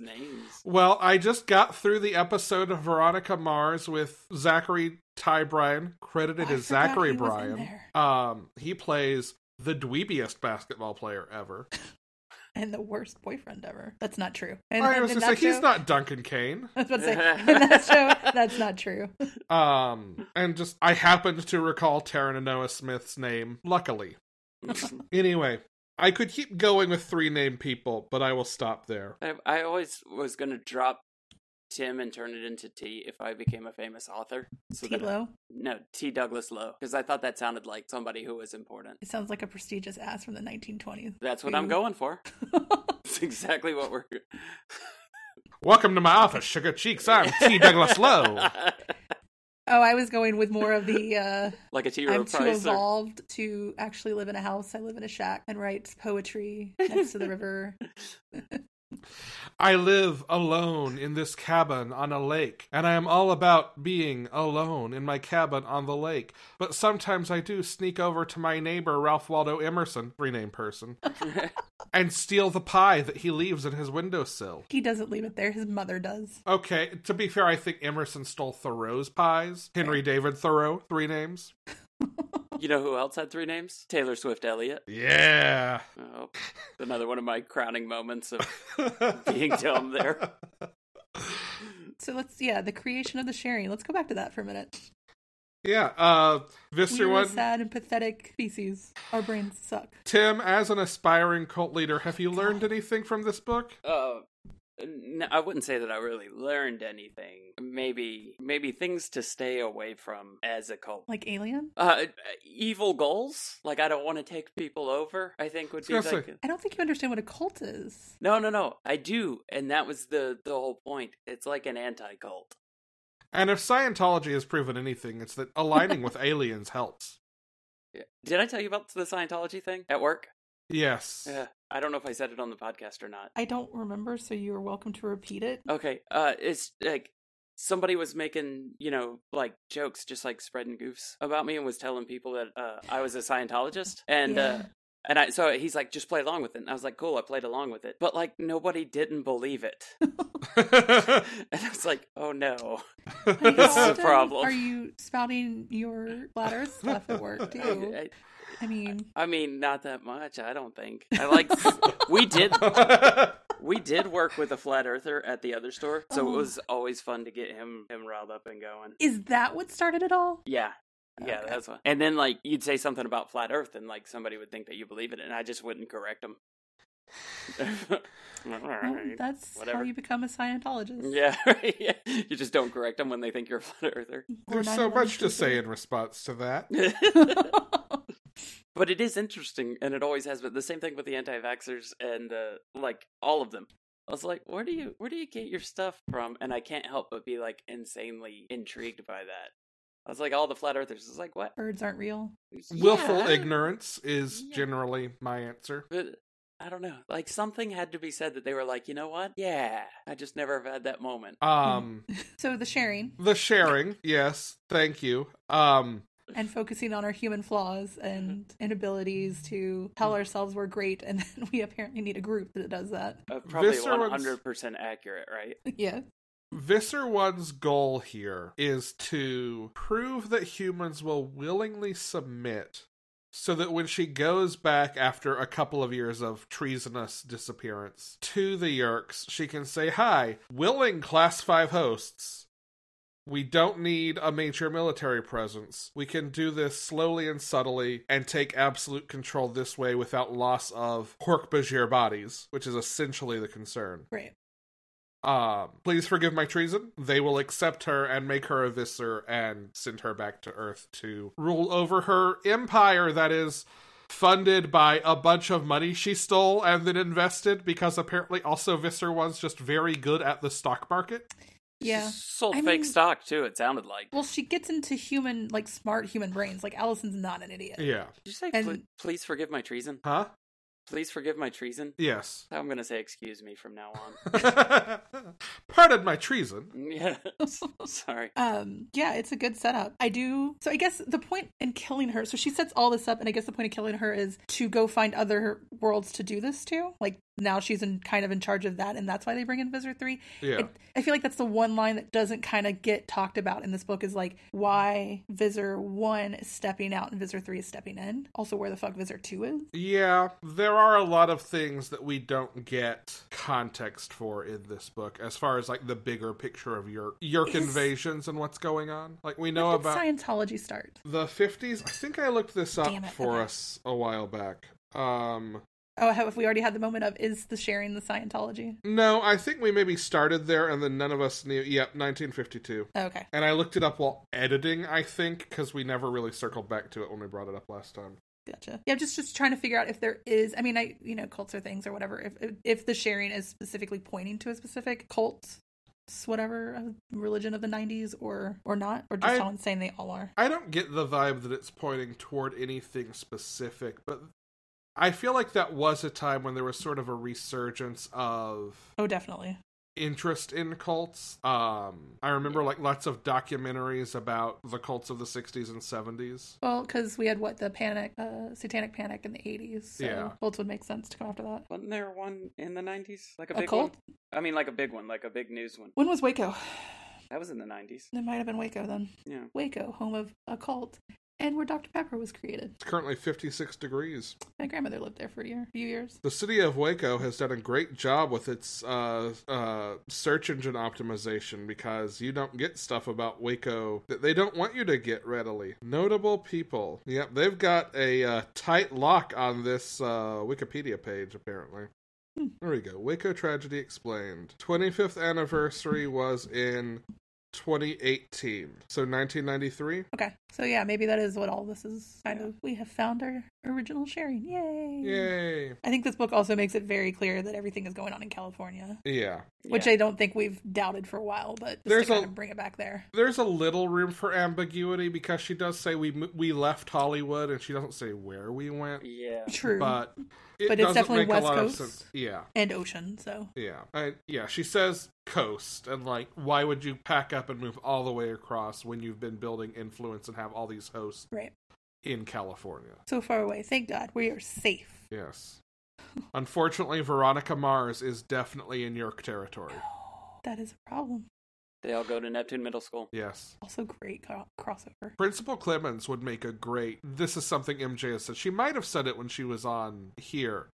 Speaker 2: [laughs]
Speaker 3: names.
Speaker 1: Well, I just got through the episode of Veronica Mars with Zachary Ty Bryan, credited
Speaker 2: Oh, I
Speaker 1: as
Speaker 2: forgot
Speaker 1: Zachary
Speaker 2: he was in
Speaker 1: Bryan.
Speaker 2: there.
Speaker 1: Um, he plays the dweebiest basketball player ever.
Speaker 2: and the worst boyfriend ever. That's not true. And,
Speaker 1: I
Speaker 2: and
Speaker 1: was
Speaker 2: in
Speaker 1: going to
Speaker 2: that
Speaker 1: say, he's
Speaker 2: show-
Speaker 1: not Duncan Kane.
Speaker 2: [laughs] I was about to
Speaker 3: [laughs]
Speaker 2: say, in that show, that's not true.
Speaker 1: Um, and just I happened to recall Taryn and Noah Smith's name, luckily. Anyway, I could keep going with three named people, but I will stop there.
Speaker 3: I, I always was gonna drop Tim and turn it into T if I became a famous author. [laughs] So that-
Speaker 2: Tilo.
Speaker 3: no, T. Douglas Lowe, because I thought that sounded like somebody who was important.
Speaker 2: It sounds like a prestigious ass from the 1920s.
Speaker 3: That's what I'm going for.
Speaker 2: [laughs]
Speaker 3: That's exactly what we're.
Speaker 1: Welcome to my office, Sugar Cheeks. I'm T. Douglas Lowe.
Speaker 2: Oh, I was going with more of
Speaker 3: [laughs]
Speaker 2: the uh,
Speaker 3: like a T. Rowe
Speaker 2: I'm too
Speaker 3: Price. or-
Speaker 2: evolved to actually live in a house. I live in a shack and write poetry next to the
Speaker 3: [laughs]
Speaker 2: river.
Speaker 1: I live alone in this cabin on a lake, and I am all about being alone in my cabin on the lake. But sometimes I do sneak over to my neighbor, Ralph Waldo Emerson, three name person, and steal the pie that he leaves in his windowsill.
Speaker 2: He doesn't leave it there. His mother does.
Speaker 1: Okay, to be fair, I think Emerson stole Thoreau's pies. Henry David Thoreau, three names.
Speaker 3: You know who else had three names? Taylor Swift Elliott.
Speaker 1: Yeah.
Speaker 2: [laughs]
Speaker 3: Oh, another one of my crowning moments of Being dumb there.
Speaker 2: So let's, yeah, the creation of the sharing. Let's go back to that for a minute.
Speaker 1: [laughs] Yeah, uh, Visser
Speaker 2: We're a
Speaker 1: one.
Speaker 2: sad and pathetic species. Our brains suck.
Speaker 1: Tim, as an aspiring cult leader, have you learned anything from this book?
Speaker 3: Uh, n I wouldn't say that I really learned anything. Maybe, maybe things to stay away from as a cult.
Speaker 2: Like Alien?
Speaker 3: Uh, evil goals. Like I don't want to take people over. I think would be
Speaker 1: Seriously.
Speaker 3: like.
Speaker 2: I don't think you understand what a cult is.
Speaker 3: No, no, no. I do, and that was the the whole point. It's like an anti cult.
Speaker 1: And if Scientology has proven anything, it's that aligning
Speaker 3: [laughs]
Speaker 1: with aliens helps.
Speaker 3: Did I tell you about the Scientology thing at work?
Speaker 1: Yes. [laughs]
Speaker 3: Yeah. I don't know if I said it on the podcast or not.
Speaker 2: I don't remember, so you're welcome to repeat it.
Speaker 3: Okay. Uh, it's like somebody was making you know like jokes, just like spreading goofs about me, and was telling people that uh, I was a Scientologist, and uh,
Speaker 2: Yeah.
Speaker 3: And I so he's like, just play along with it. And I was like, cool, I played along with it. But like nobody didn't believe it.
Speaker 2: [laughs]
Speaker 3: and I was like, oh no.
Speaker 2: I mean,
Speaker 3: [laughs]
Speaker 2: how
Speaker 3: This is a
Speaker 2: often
Speaker 3: problem.
Speaker 2: Are you spouting your bladder stuff at
Speaker 3: [laughs]
Speaker 2: work too?
Speaker 3: I,
Speaker 2: I mean,
Speaker 3: I mean, not that much, I don't think. I
Speaker 2: [laughs]
Speaker 3: like we [laughs] did we did work with a flat earther at the other store, so it
Speaker 2: Oh.
Speaker 3: was always fun to get him him riled up and going.
Speaker 2: is that what started it all?
Speaker 3: Yeah. Yeah,
Speaker 2: Okay.
Speaker 3: that's one. And then like you'd say something about flat Earth, and like somebody would think that you believe it, and I just wouldn't correct [laughs] them. All
Speaker 2: Well,
Speaker 3: right.
Speaker 2: that's how
Speaker 3: whatever.
Speaker 2: you become a Scientologist.
Speaker 3: Yeah, [laughs] yeah. You just don't correct them when they think you're a flat earther. [laughs]
Speaker 2: Or
Speaker 1: There's so
Speaker 2: 9/11
Speaker 1: much to
Speaker 2: truth
Speaker 1: say
Speaker 2: or-
Speaker 1: in response to that.
Speaker 3: but it is interesting, and it always has been. The same thing with the anti-vaxxers and uh, like all of them. I was like, where do you where do you get your stuff from? And I can't help but be like insanely intrigued by that. I was like, all the flat earthers. It's like what
Speaker 2: [laughs] Birds aren't real.
Speaker 1: Willful
Speaker 3: Yeah.
Speaker 1: ignorance is
Speaker 3: Yeah.
Speaker 1: generally my answer.
Speaker 3: But I don't know. Like something had to be said that they were like, you know what? Yeah, I just never have had that moment. [laughs]
Speaker 1: Um
Speaker 2: So the sharing
Speaker 1: the sharing, yes, thank you. Um
Speaker 2: and focusing on our human flaws and inabilities to tell ourselves we're great, and [laughs] then we apparently need a group that does that.
Speaker 3: Uh, probably
Speaker 1: Visser
Speaker 3: one
Speaker 1: was-
Speaker 3: hundred percent accurate, right?
Speaker 2: Yeah.
Speaker 1: Visser One's goal here is to prove that humans will willingly submit so that when she goes back after a couple of years of treasonous disappearance to the Yerks, she can say, Hi, willing class five hosts. We don't need a major military presence. We can do this slowly and subtly and take absolute control this way without loss of Hork-Bajir bodies, which is essentially the concern.
Speaker 2: Right.
Speaker 1: Um, please forgive my treason. They will accept her and make her a visor and send her back to Earth to rule over her empire that is funded by a bunch of money she stole and then invested because apparently also Visser one's just very good at the stock market.
Speaker 2: Yeah.
Speaker 3: She sold
Speaker 2: I
Speaker 3: fake
Speaker 2: mean-
Speaker 3: stock too. It sounded like.
Speaker 2: Well, she gets into human, like smart human brains. Like Allison's not an idiot.
Speaker 1: Yeah.
Speaker 3: Did you say,
Speaker 2: And-
Speaker 3: "Pl- please forgive my treason?
Speaker 1: Huh?
Speaker 3: Please forgive my treason?
Speaker 1: Yes. [laughs]
Speaker 3: I'm going to say excuse me from now
Speaker 2: [laughs]
Speaker 3: on. [laughs]
Speaker 1: Pardon my treason.
Speaker 3: yeah. [laughs] Sorry.
Speaker 2: Um, yeah, it's a good setup. I do. So I guess the point in killing her. So she sets all this up, and I guess the point of killing her is to go find other worlds to do this to. Like now she's in kind of in charge of that, and that's why they bring in Visor Three.
Speaker 1: Yeah.
Speaker 2: It- I feel like that's the one line that doesn't kind of get talked about in this book is like why Visor One is stepping out and Visor Three is stepping in. Also, where the fuck Visor Two is.
Speaker 1: Yeah, there are a lot of things that we don't get context for in this book, as far as like the bigger picture of Yerk, Yerk
Speaker 2: Is-
Speaker 1: invasions and what's going on. Like we know
Speaker 2: When did
Speaker 1: about
Speaker 2: Scientology start?
Speaker 1: the fifties. I think I looked this up
Speaker 2: Damn it,
Speaker 1: for
Speaker 2: okay.
Speaker 1: us a while back. Um,
Speaker 2: Oh, have we already had the moment of is the sharing the Scientology?
Speaker 1: no, I think we maybe started there, and then none of us knew. Yep, nineteen fifty-two.
Speaker 2: Oh, Okay.
Speaker 1: And I looked it up while editing, I think, because we never really circled back to it when we brought it up last time.
Speaker 2: Gotcha. Yeah, just just trying to figure out if there is. I mean, I you know cults or things or whatever. If if- if the sharing is specifically pointing to a specific cult, s- whatever uh, religion of the '90s or or not, or just
Speaker 1: I-
Speaker 2: how insane they all are.
Speaker 1: I don't get the vibe that it's pointing toward anything specific, but I feel like that was a time when there was sort of a resurgence of
Speaker 2: Oh, definitely.
Speaker 1: interest in cults. Um, I remember like lots of documentaries about the cults of the 60s and 70s.
Speaker 2: Well, because we had what the panic, uh, satanic panic in the eighties. So
Speaker 1: Yeah.
Speaker 2: cults would make sense to come after that.
Speaker 3: Wasn't there one in the 90s? Like a
Speaker 2: A
Speaker 3: big
Speaker 2: cult?
Speaker 3: one? I mean, like a big one, like a big news one.
Speaker 2: When was Waco?
Speaker 3: That was in the 90s.
Speaker 2: It might have been Waco then.
Speaker 3: Yeah.
Speaker 2: Waco, home of a cult, and where Dr Pepper was created.
Speaker 1: It's currently 56 degrees.
Speaker 2: My grandmother lived there for a year, few years.
Speaker 1: The city of Waco has done a great job with its uh, uh, search engine optimization because you don't get stuff about Waco that they don't want you to get readily. Notable people. Yep, they've got a uh, tight lock on this uh, Wikipedia page, apparently.
Speaker 2: Hmm.
Speaker 1: There we go. Waco Tragedy Explained. 25th anniversary was in 2018. So 1993?
Speaker 2: Okay, so yeah, maybe that is what all this is kind
Speaker 3: Yeah.
Speaker 2: of. We have found our original sharing. Yay!
Speaker 1: Yay.
Speaker 2: I think this book also makes it very clear that everything is going on in California,
Speaker 1: Yeah.
Speaker 2: which
Speaker 3: Yeah.
Speaker 2: I don't think we've doubted for a while, but just
Speaker 1: There's
Speaker 2: to kind
Speaker 1: a-
Speaker 2: of bring it back there.
Speaker 1: There's a little room for ambiguity because she does say we mo- we left Hollywood and she doesn't say where we went,
Speaker 3: Yeah.
Speaker 2: True.
Speaker 1: but it
Speaker 2: But it's
Speaker 1: doesn't
Speaker 2: definitely
Speaker 1: make
Speaker 2: West
Speaker 1: a lot
Speaker 2: Coast.
Speaker 1: of sense. Yeah,
Speaker 2: and ocean, so.
Speaker 1: yeah, I, yeah. She says coast, and like, why would you pack up and move all the way across when you've been building influence and have all these hosts
Speaker 2: Right.
Speaker 1: in California?
Speaker 2: So far away. Thank God. We are safe. [laughs]
Speaker 1: Yes. Unfortunately, Veronica Mars is definitely in York territory.
Speaker 2: That is a problem.
Speaker 3: They all go to Neptune Middle School.
Speaker 1: Yes.
Speaker 2: Also, great cro- crossover.
Speaker 1: Principal Clemens would make a great. This is something MJ has said. She might have said it when she was on here,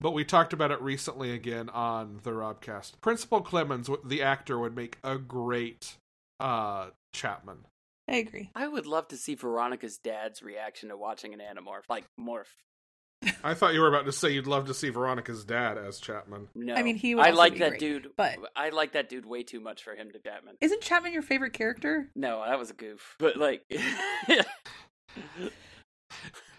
Speaker 1: but we talked about it recently again on the Robcast. Principal Clemens, w- the actor, would make a great uh, Chapman.
Speaker 2: I agree.
Speaker 3: I would love to see Veronica's dad's reaction to watching an animorph. Like, morph.
Speaker 1: I thought you were about to say you'd love to see Veronica's dad as Chapman.
Speaker 3: No.
Speaker 2: I mean, he would
Speaker 3: I
Speaker 2: also
Speaker 3: like
Speaker 2: be
Speaker 3: that
Speaker 2: great,
Speaker 3: dude.
Speaker 2: but-
Speaker 3: I like that dude way too much for him to Batman.
Speaker 2: Isn't Chapman your favorite character?
Speaker 3: No, that was a goof. But, like. [laughs]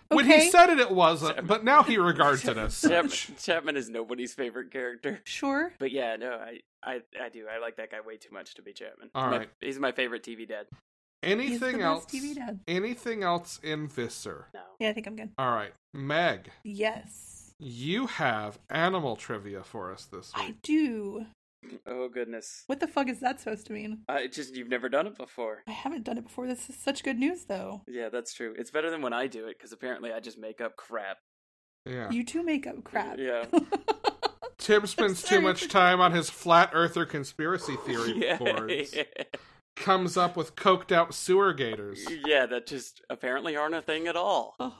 Speaker 1: When
Speaker 2: Okay.
Speaker 1: he said it, it wasn't,
Speaker 3: Chapman.
Speaker 1: but now he regards it as
Speaker 3: Chapman,
Speaker 1: such.
Speaker 3: [laughs] Chapman is nobody's favorite character.
Speaker 2: Sure.
Speaker 3: But yeah, no, I, I, I do. I like that guy way too much to be Chapman.
Speaker 1: All
Speaker 3: My-
Speaker 1: right.
Speaker 3: he's my favorite TV dad.
Speaker 2: He's the
Speaker 1: Anything else?
Speaker 2: best TV dad.
Speaker 1: Anything else in Visser?
Speaker 3: No.
Speaker 2: Yeah, I think I'm good.
Speaker 1: All right, Meg,
Speaker 2: Yes.
Speaker 1: you have animal trivia for us this week.
Speaker 2: I do.
Speaker 3: Oh goodness.
Speaker 2: What the fuck is that supposed to mean?
Speaker 3: Uh, it just you've never done it before.
Speaker 2: I haven't done it before. This is such good news, though.
Speaker 3: Yeah, that's true. It's better than when I do it because apparently I just make up crap.
Speaker 1: Yeah.
Speaker 2: You two make up crap.
Speaker 3: Yeah.
Speaker 1: Tim spends too
Speaker 2: sorry,
Speaker 1: much
Speaker 2: it's-
Speaker 1: time on his flat earther conspiracy theory
Speaker 3: [laughs] yeah.
Speaker 1: boards. Comes up with coked out sewer gators,
Speaker 3: yeah, that just apparently aren't a thing at [laughs] all.
Speaker 2: Oh,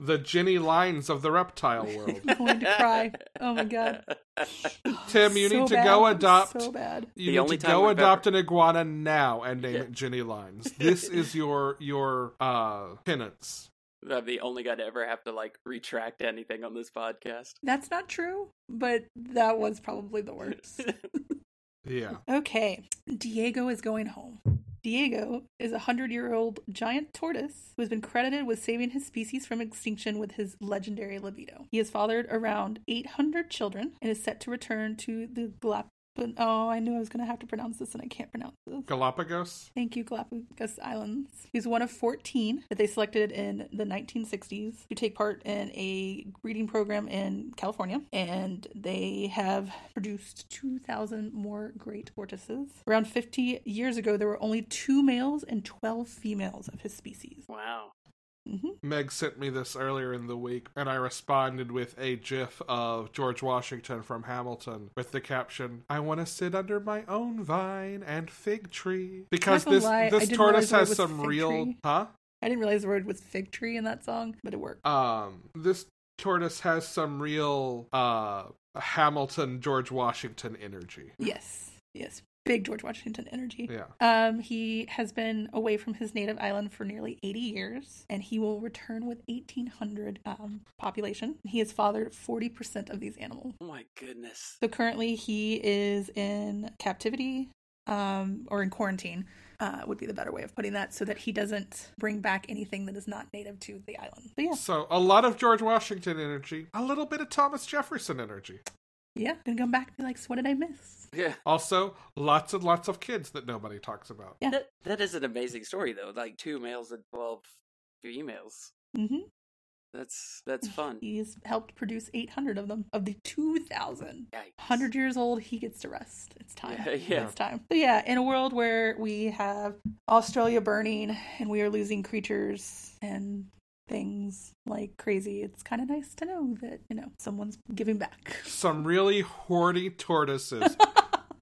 Speaker 1: the Ginny lines of the reptile world.
Speaker 2: [laughs] I'm going to
Speaker 1: [laughs]
Speaker 2: cry. Oh my
Speaker 3: [laughs]
Speaker 2: god.
Speaker 1: Tim, you
Speaker 2: So
Speaker 1: need to
Speaker 2: bad.
Speaker 1: go adopt.
Speaker 2: So bad.
Speaker 1: You
Speaker 3: The
Speaker 1: need
Speaker 3: only
Speaker 1: to
Speaker 3: time
Speaker 1: go
Speaker 3: we've
Speaker 1: adopt an iguana now and name
Speaker 3: Yeah.
Speaker 1: it Ginny Lines. This is your your uh penance.
Speaker 3: I'm the only guy to ever have to like retract anything on this podcast.
Speaker 2: That's not true, but that was probably
Speaker 1: [laughs]
Speaker 2: the worst.
Speaker 1: Yeah.
Speaker 2: Okay, Diego is going home. Diego is a hundred year old giant tortoise who has been credited with saving his species from extinction with his legendary libido. He has fathered around 800 children and is set to return to the Galap. Oh, I knew I was going to have to pronounce this and I can't pronounce this.
Speaker 1: Galapagos?
Speaker 2: Thank you, Galapagos Islands. He's one of 14 that they selected in the 1960s to take part in a breeding program in California, and they have produced 2,000 more great tortoises. Around 50 years ago, there were only two males and 12 females of his species.
Speaker 3: wow.
Speaker 2: hmm
Speaker 1: Meg sent me this earlier in the week, and I responded with a gif of George Washington from Hamilton with the caption, I want to sit under my own vine and fig tree. Because
Speaker 2: Not gonna
Speaker 1: this,
Speaker 2: lie, I
Speaker 1: this
Speaker 2: didn't
Speaker 1: tortoise
Speaker 2: realize the word
Speaker 1: has
Speaker 2: was
Speaker 1: some
Speaker 2: fig
Speaker 1: real.
Speaker 2: tree.
Speaker 1: Huh?
Speaker 2: I didn't realize the word was fig tree in that song, but it worked.
Speaker 1: Um, this tortoise has some real uh, Hamilton, George Washington energy.
Speaker 2: Yes, yes. Big George Washington energy.
Speaker 1: Yeah.
Speaker 2: Um, he has been away from his native island for nearly 80 years, and he will return with 1,800 um, population. He has fathered 40% of these animals.
Speaker 3: Oh my goodness.
Speaker 2: So currently, he is in captivity um, or in quarantine. Uh, would be the better way of putting that, so that he doesn't bring back anything that is not native to the island. So yeah,
Speaker 1: So a lot of George Washington energy, a little bit of Thomas Jefferson energy.
Speaker 2: yeah, and come back and be like, so what did I miss?
Speaker 3: Yeah.
Speaker 1: Also, lots and lots of kids that nobody talks about.
Speaker 2: Yeah.
Speaker 3: That that is an amazing story though. Like two males and twelve females.
Speaker 2: hmm
Speaker 3: That's that's [laughs] fun.
Speaker 2: He's helped produce 800 of them of the 2,000.
Speaker 3: Yikes.
Speaker 2: 100 years old, he gets to rest. It's time.
Speaker 3: [laughs] Yeah, yeah.
Speaker 2: It's time. So, yeah, in a world where we have Australia burning and we are losing creatures and things like crazy, it's kind of nice to know that, you know, someone's giving back.
Speaker 1: Some really horny
Speaker 2: [laughs]
Speaker 1: tortoises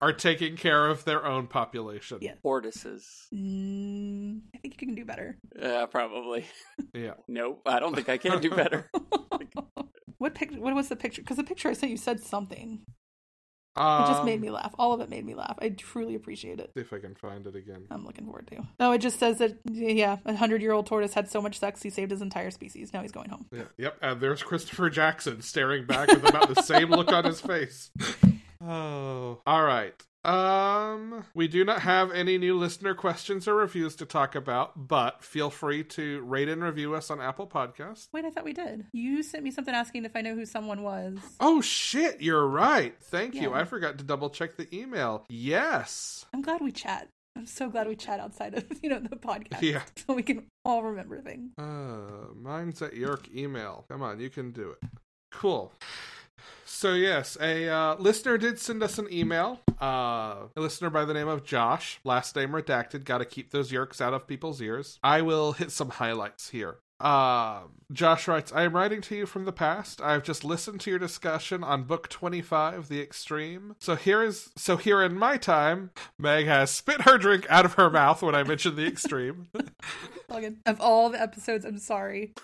Speaker 1: are taking care of their own population.
Speaker 2: Yeah.
Speaker 3: Tortoises.
Speaker 2: Mm, I think you can do better. [laughs]
Speaker 3: Yeah, probably. [laughs]
Speaker 1: Yeah.
Speaker 3: Nope. I don't think I can do [laughs] better.
Speaker 2: what picture? What was the picture? Because the picture I sent you said something. It
Speaker 1: Um,
Speaker 2: just made me laugh. All of it made me laugh. I truly appreciate it.
Speaker 1: See if I can find it again.
Speaker 2: I'm looking forward to. Oh, it just says that yeah, a hundred year old tortoise had so much sex he saved his entire species. Now he's going home.
Speaker 1: Yeah. Yep. And there's Christopher Jackson staring back with about the same look on his
Speaker 2: [laughs]
Speaker 1: face. Oh. All right. Um, we do not have any new listener questions or reviews to talk about, but feel free to rate and review us on Apple Podcasts.
Speaker 2: Wait, I thought we did. You sent me something asking if I know who someone was.
Speaker 1: Oh shit, you're right. Thank you.
Speaker 2: Yeah.
Speaker 1: I forgot to double check the email. Yes.
Speaker 2: I'm glad we chat. I'm so glad we chat outside of [laughs] you know the
Speaker 1: [laughs]
Speaker 2: podcast.
Speaker 1: Yeah.
Speaker 2: So we can all remember things.
Speaker 1: Uh, mine's at York email. Come on, you can do it. Cool. So yes, a uh, listener did send us an email. Uh, a listener by the name of Josh, last name redacted. Got to keep those yerks out of people's ears. I will hit some highlights here. Um, Josh writes, I am writing to you from the past. I've just listened to your discussion on book 25, The Extreme. So here is, so here in my time, Meg has spit her drink out of her mouth when I mentioned The Extreme.
Speaker 2: All good. Of all the episodes, I'm sorry.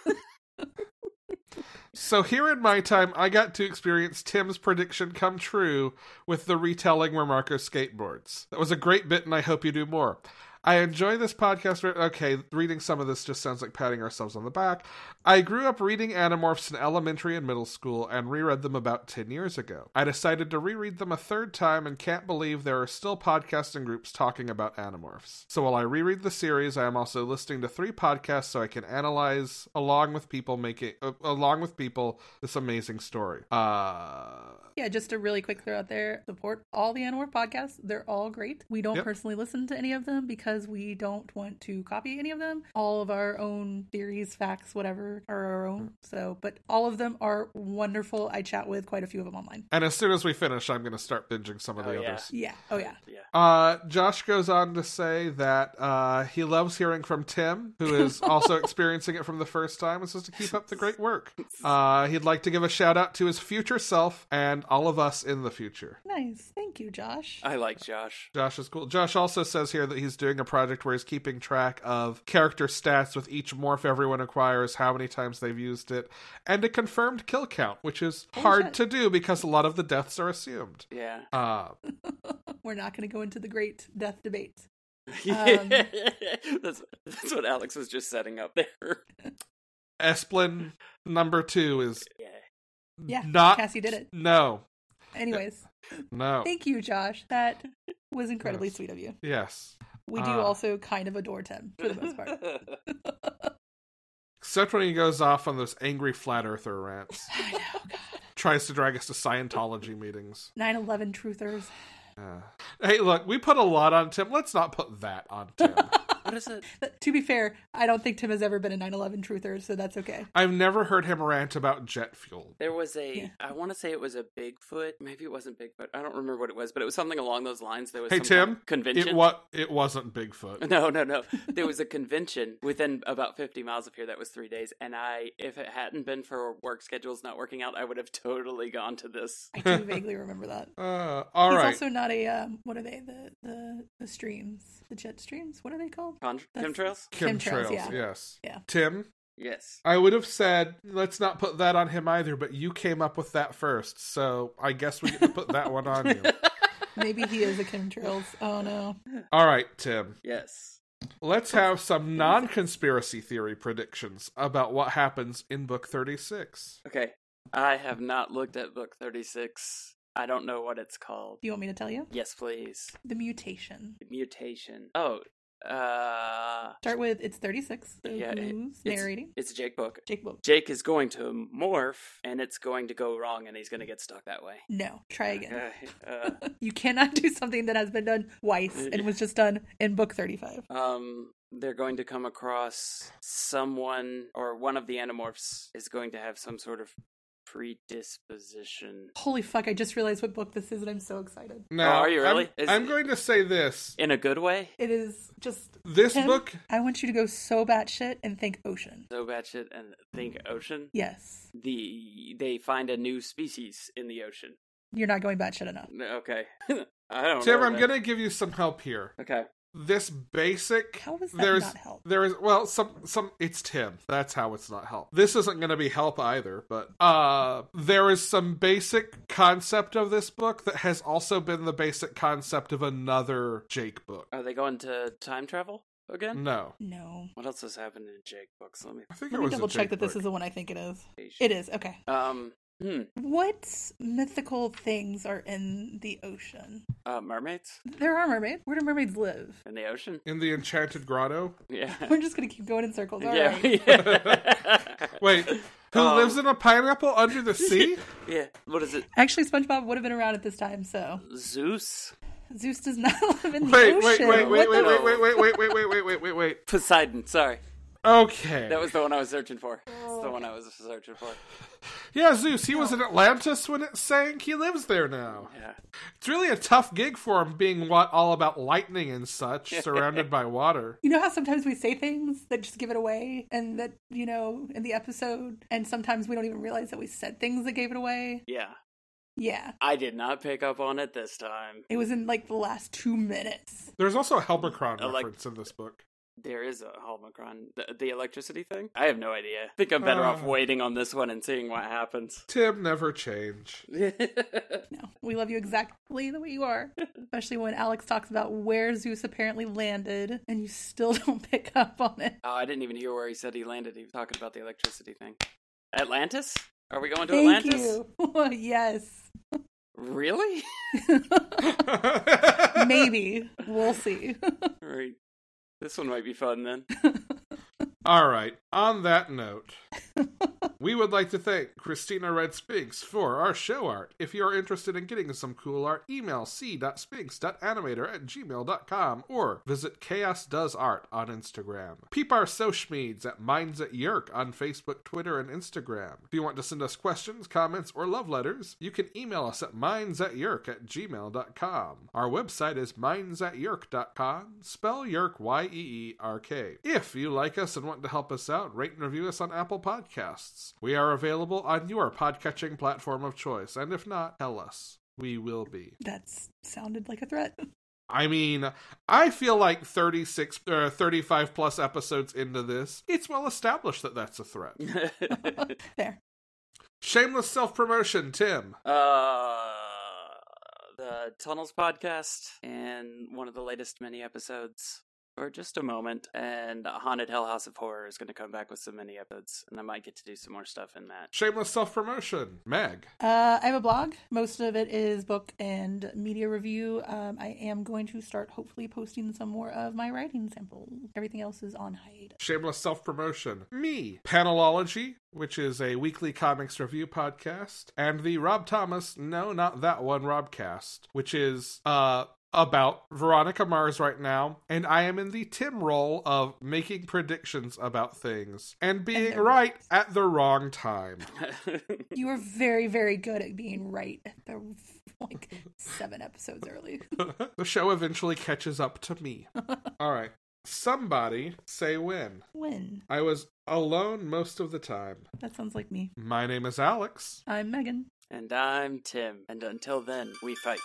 Speaker 1: So here in my time, I got to experience Tim's prediction come true with the retelling where Marco skateboards. That was a great bit, and I hope you do more. I enjoy this podcast. Re- okay, reading some of this just sounds like patting ourselves on the back. I grew up reading Animorphs in elementary and middle school and reread them about 10 years ago. I decided to reread them a third time and can't believe there are still podcasting groups talking about Animorphs. So while I reread the series, I am also listening to three podcasts so I can analyze along with people making uh, along with people this amazing story. Uh
Speaker 2: Yeah, just a really quick throw out there. Support all the Anwar podcasts. They're all great. We don't
Speaker 1: Yep.
Speaker 2: personally listen to any of them because we don't want to copy any of them. All of our own theories, facts, whatever are our own. So, but all of them are wonderful. I chat with quite a few of them online.
Speaker 1: and as soon as we finish, I'm going to start binging some of
Speaker 3: Oh,
Speaker 1: the
Speaker 3: yeah.
Speaker 1: others.
Speaker 2: Yeah. Oh, yeah.
Speaker 3: yeah.
Speaker 1: Uh, Josh goes on to say that uh, he loves hearing from Tim, who is also experiencing it from the first time, and says to keep up the great work. Uh, he'd like to give a shout out to his future self and all of us in the future.
Speaker 2: Nice. Thank you, Josh.
Speaker 3: I like Josh.
Speaker 1: Josh is cool. Josh also says here that he's doing a project where he's keeping track of character stats with each morph everyone acquires, how many times they've used it, and a confirmed kill count, which is hard
Speaker 2: shit.
Speaker 1: to do because a lot of the deaths are assumed.
Speaker 3: Yeah. [laughs]
Speaker 1: Uh,
Speaker 2: We're not going to go into the great death debate.
Speaker 3: Um. that's that's what Alex was just setting up there. [laughs]
Speaker 1: Esplin number two is
Speaker 3: Yeah.
Speaker 2: Yeah.
Speaker 1: not
Speaker 2: Cassie
Speaker 1: [laughs]
Speaker 2: did it.
Speaker 1: No,
Speaker 2: Anyways,
Speaker 1: no.
Speaker 2: thank you, Josh. That was incredibly sweet of you.
Speaker 1: yes.
Speaker 2: We do
Speaker 1: Ah.
Speaker 2: also kind of adore Tim for the most
Speaker 3: [laughs]
Speaker 2: part.
Speaker 1: Except when he goes off on those angry flat earther rants,
Speaker 2: [laughs] I know, God.
Speaker 1: tries to drag us to Scientology meetings.
Speaker 2: 9 11 truthers.
Speaker 1: Uh, hey, look, we put a lot on Tim. Let's not put that on
Speaker 2: [laughs]
Speaker 1: Tim.
Speaker 3: what is it?
Speaker 2: But to be fair, I don't think Tim has ever been a 9/11 truther, so that's okay.
Speaker 1: I've never heard him rant about jet fuel.
Speaker 3: There was a. I
Speaker 2: Yeah.
Speaker 3: want to say it was a Bigfoot. Maybe it wasn't Bigfoot. I don't remember what it was, but it was something along those lines. There was
Speaker 1: Hey,
Speaker 3: some kind
Speaker 1: Tim.
Speaker 3: of convention.
Speaker 1: It what? It wasn't Bigfoot.
Speaker 3: [laughs] No, no, no. There was a convention within about 50 miles of here that was three days. And I, if it hadn't been for work schedules not working out, I would have totally gone to this.
Speaker 2: I do vaguely remember that.
Speaker 1: Uh, all
Speaker 2: He's
Speaker 1: right.
Speaker 2: also not a um, what are they the, the the streams the jet streams what are they called?
Speaker 3: Con-
Speaker 2: That's-
Speaker 3: chemtrails?
Speaker 1: Kim
Speaker 2: Kim
Speaker 1: Trails.
Speaker 2: Trails, yeah.
Speaker 1: Yes.
Speaker 2: Yeah.
Speaker 1: Tim.
Speaker 3: Yes.
Speaker 1: I would have said let's not put that on him either, but you came up with that first, so I guess we get to put that one
Speaker 2: [laughs]
Speaker 1: on you.
Speaker 2: Maybe he is a chemtrails. Oh no,
Speaker 1: All right, Tim.
Speaker 3: Yes.
Speaker 1: Let's have some non conspiracy theory predictions about what happens in book 36.
Speaker 3: Okay. I have not looked at book 36. I don't know what it's called.
Speaker 2: do you want me to tell you
Speaker 3: Yes, please.
Speaker 2: the mutation?
Speaker 3: Mutation. Oh, uh,
Speaker 2: Start with it's 36. So
Speaker 3: Yeah, it-
Speaker 2: who's
Speaker 3: it's-
Speaker 2: narrating?
Speaker 3: it's Jake Book.
Speaker 2: Jake Book.
Speaker 3: Jake is going to morph and it's going to go wrong and he's going to get stuck that way.
Speaker 2: No, try again.
Speaker 3: [laughs] Uh,
Speaker 2: You cannot do something that has been done twice and was just done in book 35.
Speaker 3: um, they're going to come across someone or one of the animorphs is going to have some sort of predisposition.
Speaker 2: Holy fuck, I just realized what book this is and I'm so excited.
Speaker 1: Now,
Speaker 3: Oh, are you really?
Speaker 1: I'm,
Speaker 3: Is-
Speaker 1: I'm going to say this.
Speaker 3: In a good way?
Speaker 2: It is just.
Speaker 1: This
Speaker 2: Tim,
Speaker 1: book,
Speaker 2: I want you to go so batshit and think ocean.
Speaker 3: So batshit and think ocean.
Speaker 2: Yes.
Speaker 3: The they find a new species in the ocean.
Speaker 2: You're not going batshit enough.
Speaker 3: Okay. [laughs] I don't
Speaker 1: Tim,
Speaker 3: know.
Speaker 1: I'm
Speaker 3: then.
Speaker 1: going to give you some help here.
Speaker 3: Okay.
Speaker 1: This basic.
Speaker 2: How is that
Speaker 1: there's
Speaker 2: not help?
Speaker 1: there is well some some it's Tim. That's how it's not help. This isn't going to be help either, but uh there is some basic concept of this book that has also been the basic concept of another Jake book.
Speaker 2: Oh,
Speaker 3: Are they going to time travel again?
Speaker 1: No.
Speaker 2: No.
Speaker 3: What else has happened in Jake books? Let me
Speaker 1: I think
Speaker 2: Let
Speaker 1: it
Speaker 2: me
Speaker 1: was a
Speaker 2: double check
Speaker 1: Jake
Speaker 2: that this
Speaker 1: book.
Speaker 2: is the one I think it is.
Speaker 3: page.
Speaker 2: It is, okay.
Speaker 3: Um hmm.
Speaker 2: What mythical things are in the ocean?
Speaker 3: Uh mermaids
Speaker 2: There are mermaids. Where do mermaids live? [laughs]
Speaker 3: in the ocean?
Speaker 1: in the Enchanted Grotto.
Speaker 3: Yeah.
Speaker 2: We're just gonna keep going in circles. All
Speaker 3: [laughs] yeah.
Speaker 2: right.
Speaker 1: Wait, who
Speaker 3: Um,
Speaker 1: lives in a pineapple under the
Speaker 3: [laughs]
Speaker 1: sea?
Speaker 3: Yeah. What is it?
Speaker 2: Actually, SpongeBob would have been around at this time, so
Speaker 3: Zeus?
Speaker 2: Zeus does not [laughs] live in the
Speaker 1: wait, wait,
Speaker 2: ocean.
Speaker 1: wait, wait,
Speaker 2: What
Speaker 1: wait,
Speaker 2: the-
Speaker 1: wait, wait, wait, wait, wait, wait, wait, wait, wait,
Speaker 3: [laughs]
Speaker 1: wait.
Speaker 3: Poseidon, sorry.
Speaker 1: Okay.
Speaker 3: That was the one I was searching for. It's the one I was searching for.
Speaker 1: yeah, Zeus, he was in Atlantis when it sank. He lives there now.
Speaker 3: Yeah.
Speaker 1: It's really a tough gig for him being what all about lightning and
Speaker 3: [laughs]
Speaker 1: such, surrounded by water.
Speaker 2: You know how sometimes we say things that just give it away, and that you know in the episode, and sometimes we don't even realize that we said things that gave it away.
Speaker 3: Yeah.
Speaker 2: Yeah,
Speaker 3: I did not pick up on it this time.
Speaker 2: it was in like the last two minutes.
Speaker 1: There's also a Helmicron
Speaker 3: I like-
Speaker 1: reference in this book.
Speaker 3: There is a Holmicron. The, the electricity thing? I have no idea. I think I'm better off
Speaker 1: Uh.
Speaker 3: waiting on this one and seeing what happens. [laughs]
Speaker 1: Tim never
Speaker 2: [laughs]
Speaker 1: change. [laughs]
Speaker 2: No, we love you exactly the way you are, especially when Alex talks about where Zeus apparently landed, and you still [laughs] don't pick up on it.
Speaker 3: Oh, I didn't even hear where he said he landed. He was talking about the electricity thing. Atlantis? Are we going to
Speaker 2: Thank
Speaker 3: Atlantis?
Speaker 2: you. [laughs] yes.
Speaker 3: Really? [laughs]
Speaker 2: Maybe. We'll see. [laughs]
Speaker 3: All right. This one might be fun then.
Speaker 1: All right. On that note, we would like to thank Christina Red Spinks for our show art. If you are interested in getting some cool art, email c.spinks.animator at gmail.com or visit Chaos Does Art on Instagram. Peep our socials at Minds at Yerk on Facebook, Twitter, and Instagram. If you want to send us questions, comments, or love letters, you can email us at minds at yerk at gmail.com. Our website is minds at yerk.com. Spell yerk Y E E R K. If you like us and want to help us out, rate and review us on Apple Podcasts. We are available on your podcatching platform of choice, and if not, tell us. We will be.
Speaker 2: that sounded like a threat.
Speaker 1: I mean, I feel like 36 or 35 plus episodes into this, it's well established that that's a threat.
Speaker 3: [laughs]
Speaker 2: there.
Speaker 1: Shameless self promotion, Tim.
Speaker 3: uh, the Tunnels podcast and one of the latest mini episodes for just a moment. And Haunted Hell House of Horror is going to come back with some mini episodes, and I might get to do some more stuff in that. [laughs]
Speaker 1: Shameless self promotion, Meg.
Speaker 2: Uh, I have a blog. Most of it is book and media review. Um, I am going to start hopefully posting some more of my writing samples. Everything else is on hiatus.
Speaker 1: Shameless self promotion, me. Panelology, which is a weekly comics review podcast, and the Rob Thomas, no, not that one, Robcast, which is uh about Veronica Mars right now, and I am in the Tim role of making predictions about things and being
Speaker 2: they're
Speaker 1: right at the wrong time. [laughs]
Speaker 2: You are very, very good at being right at the [laughs] like seven episodes early.
Speaker 1: the show eventually catches up to me. All right. Somebody say when.
Speaker 2: When?
Speaker 1: I was alone most of the time.
Speaker 2: That sounds like me.
Speaker 1: My name is Alex.
Speaker 2: I'm Megan.
Speaker 3: and I'm Tim. And until then, we fight.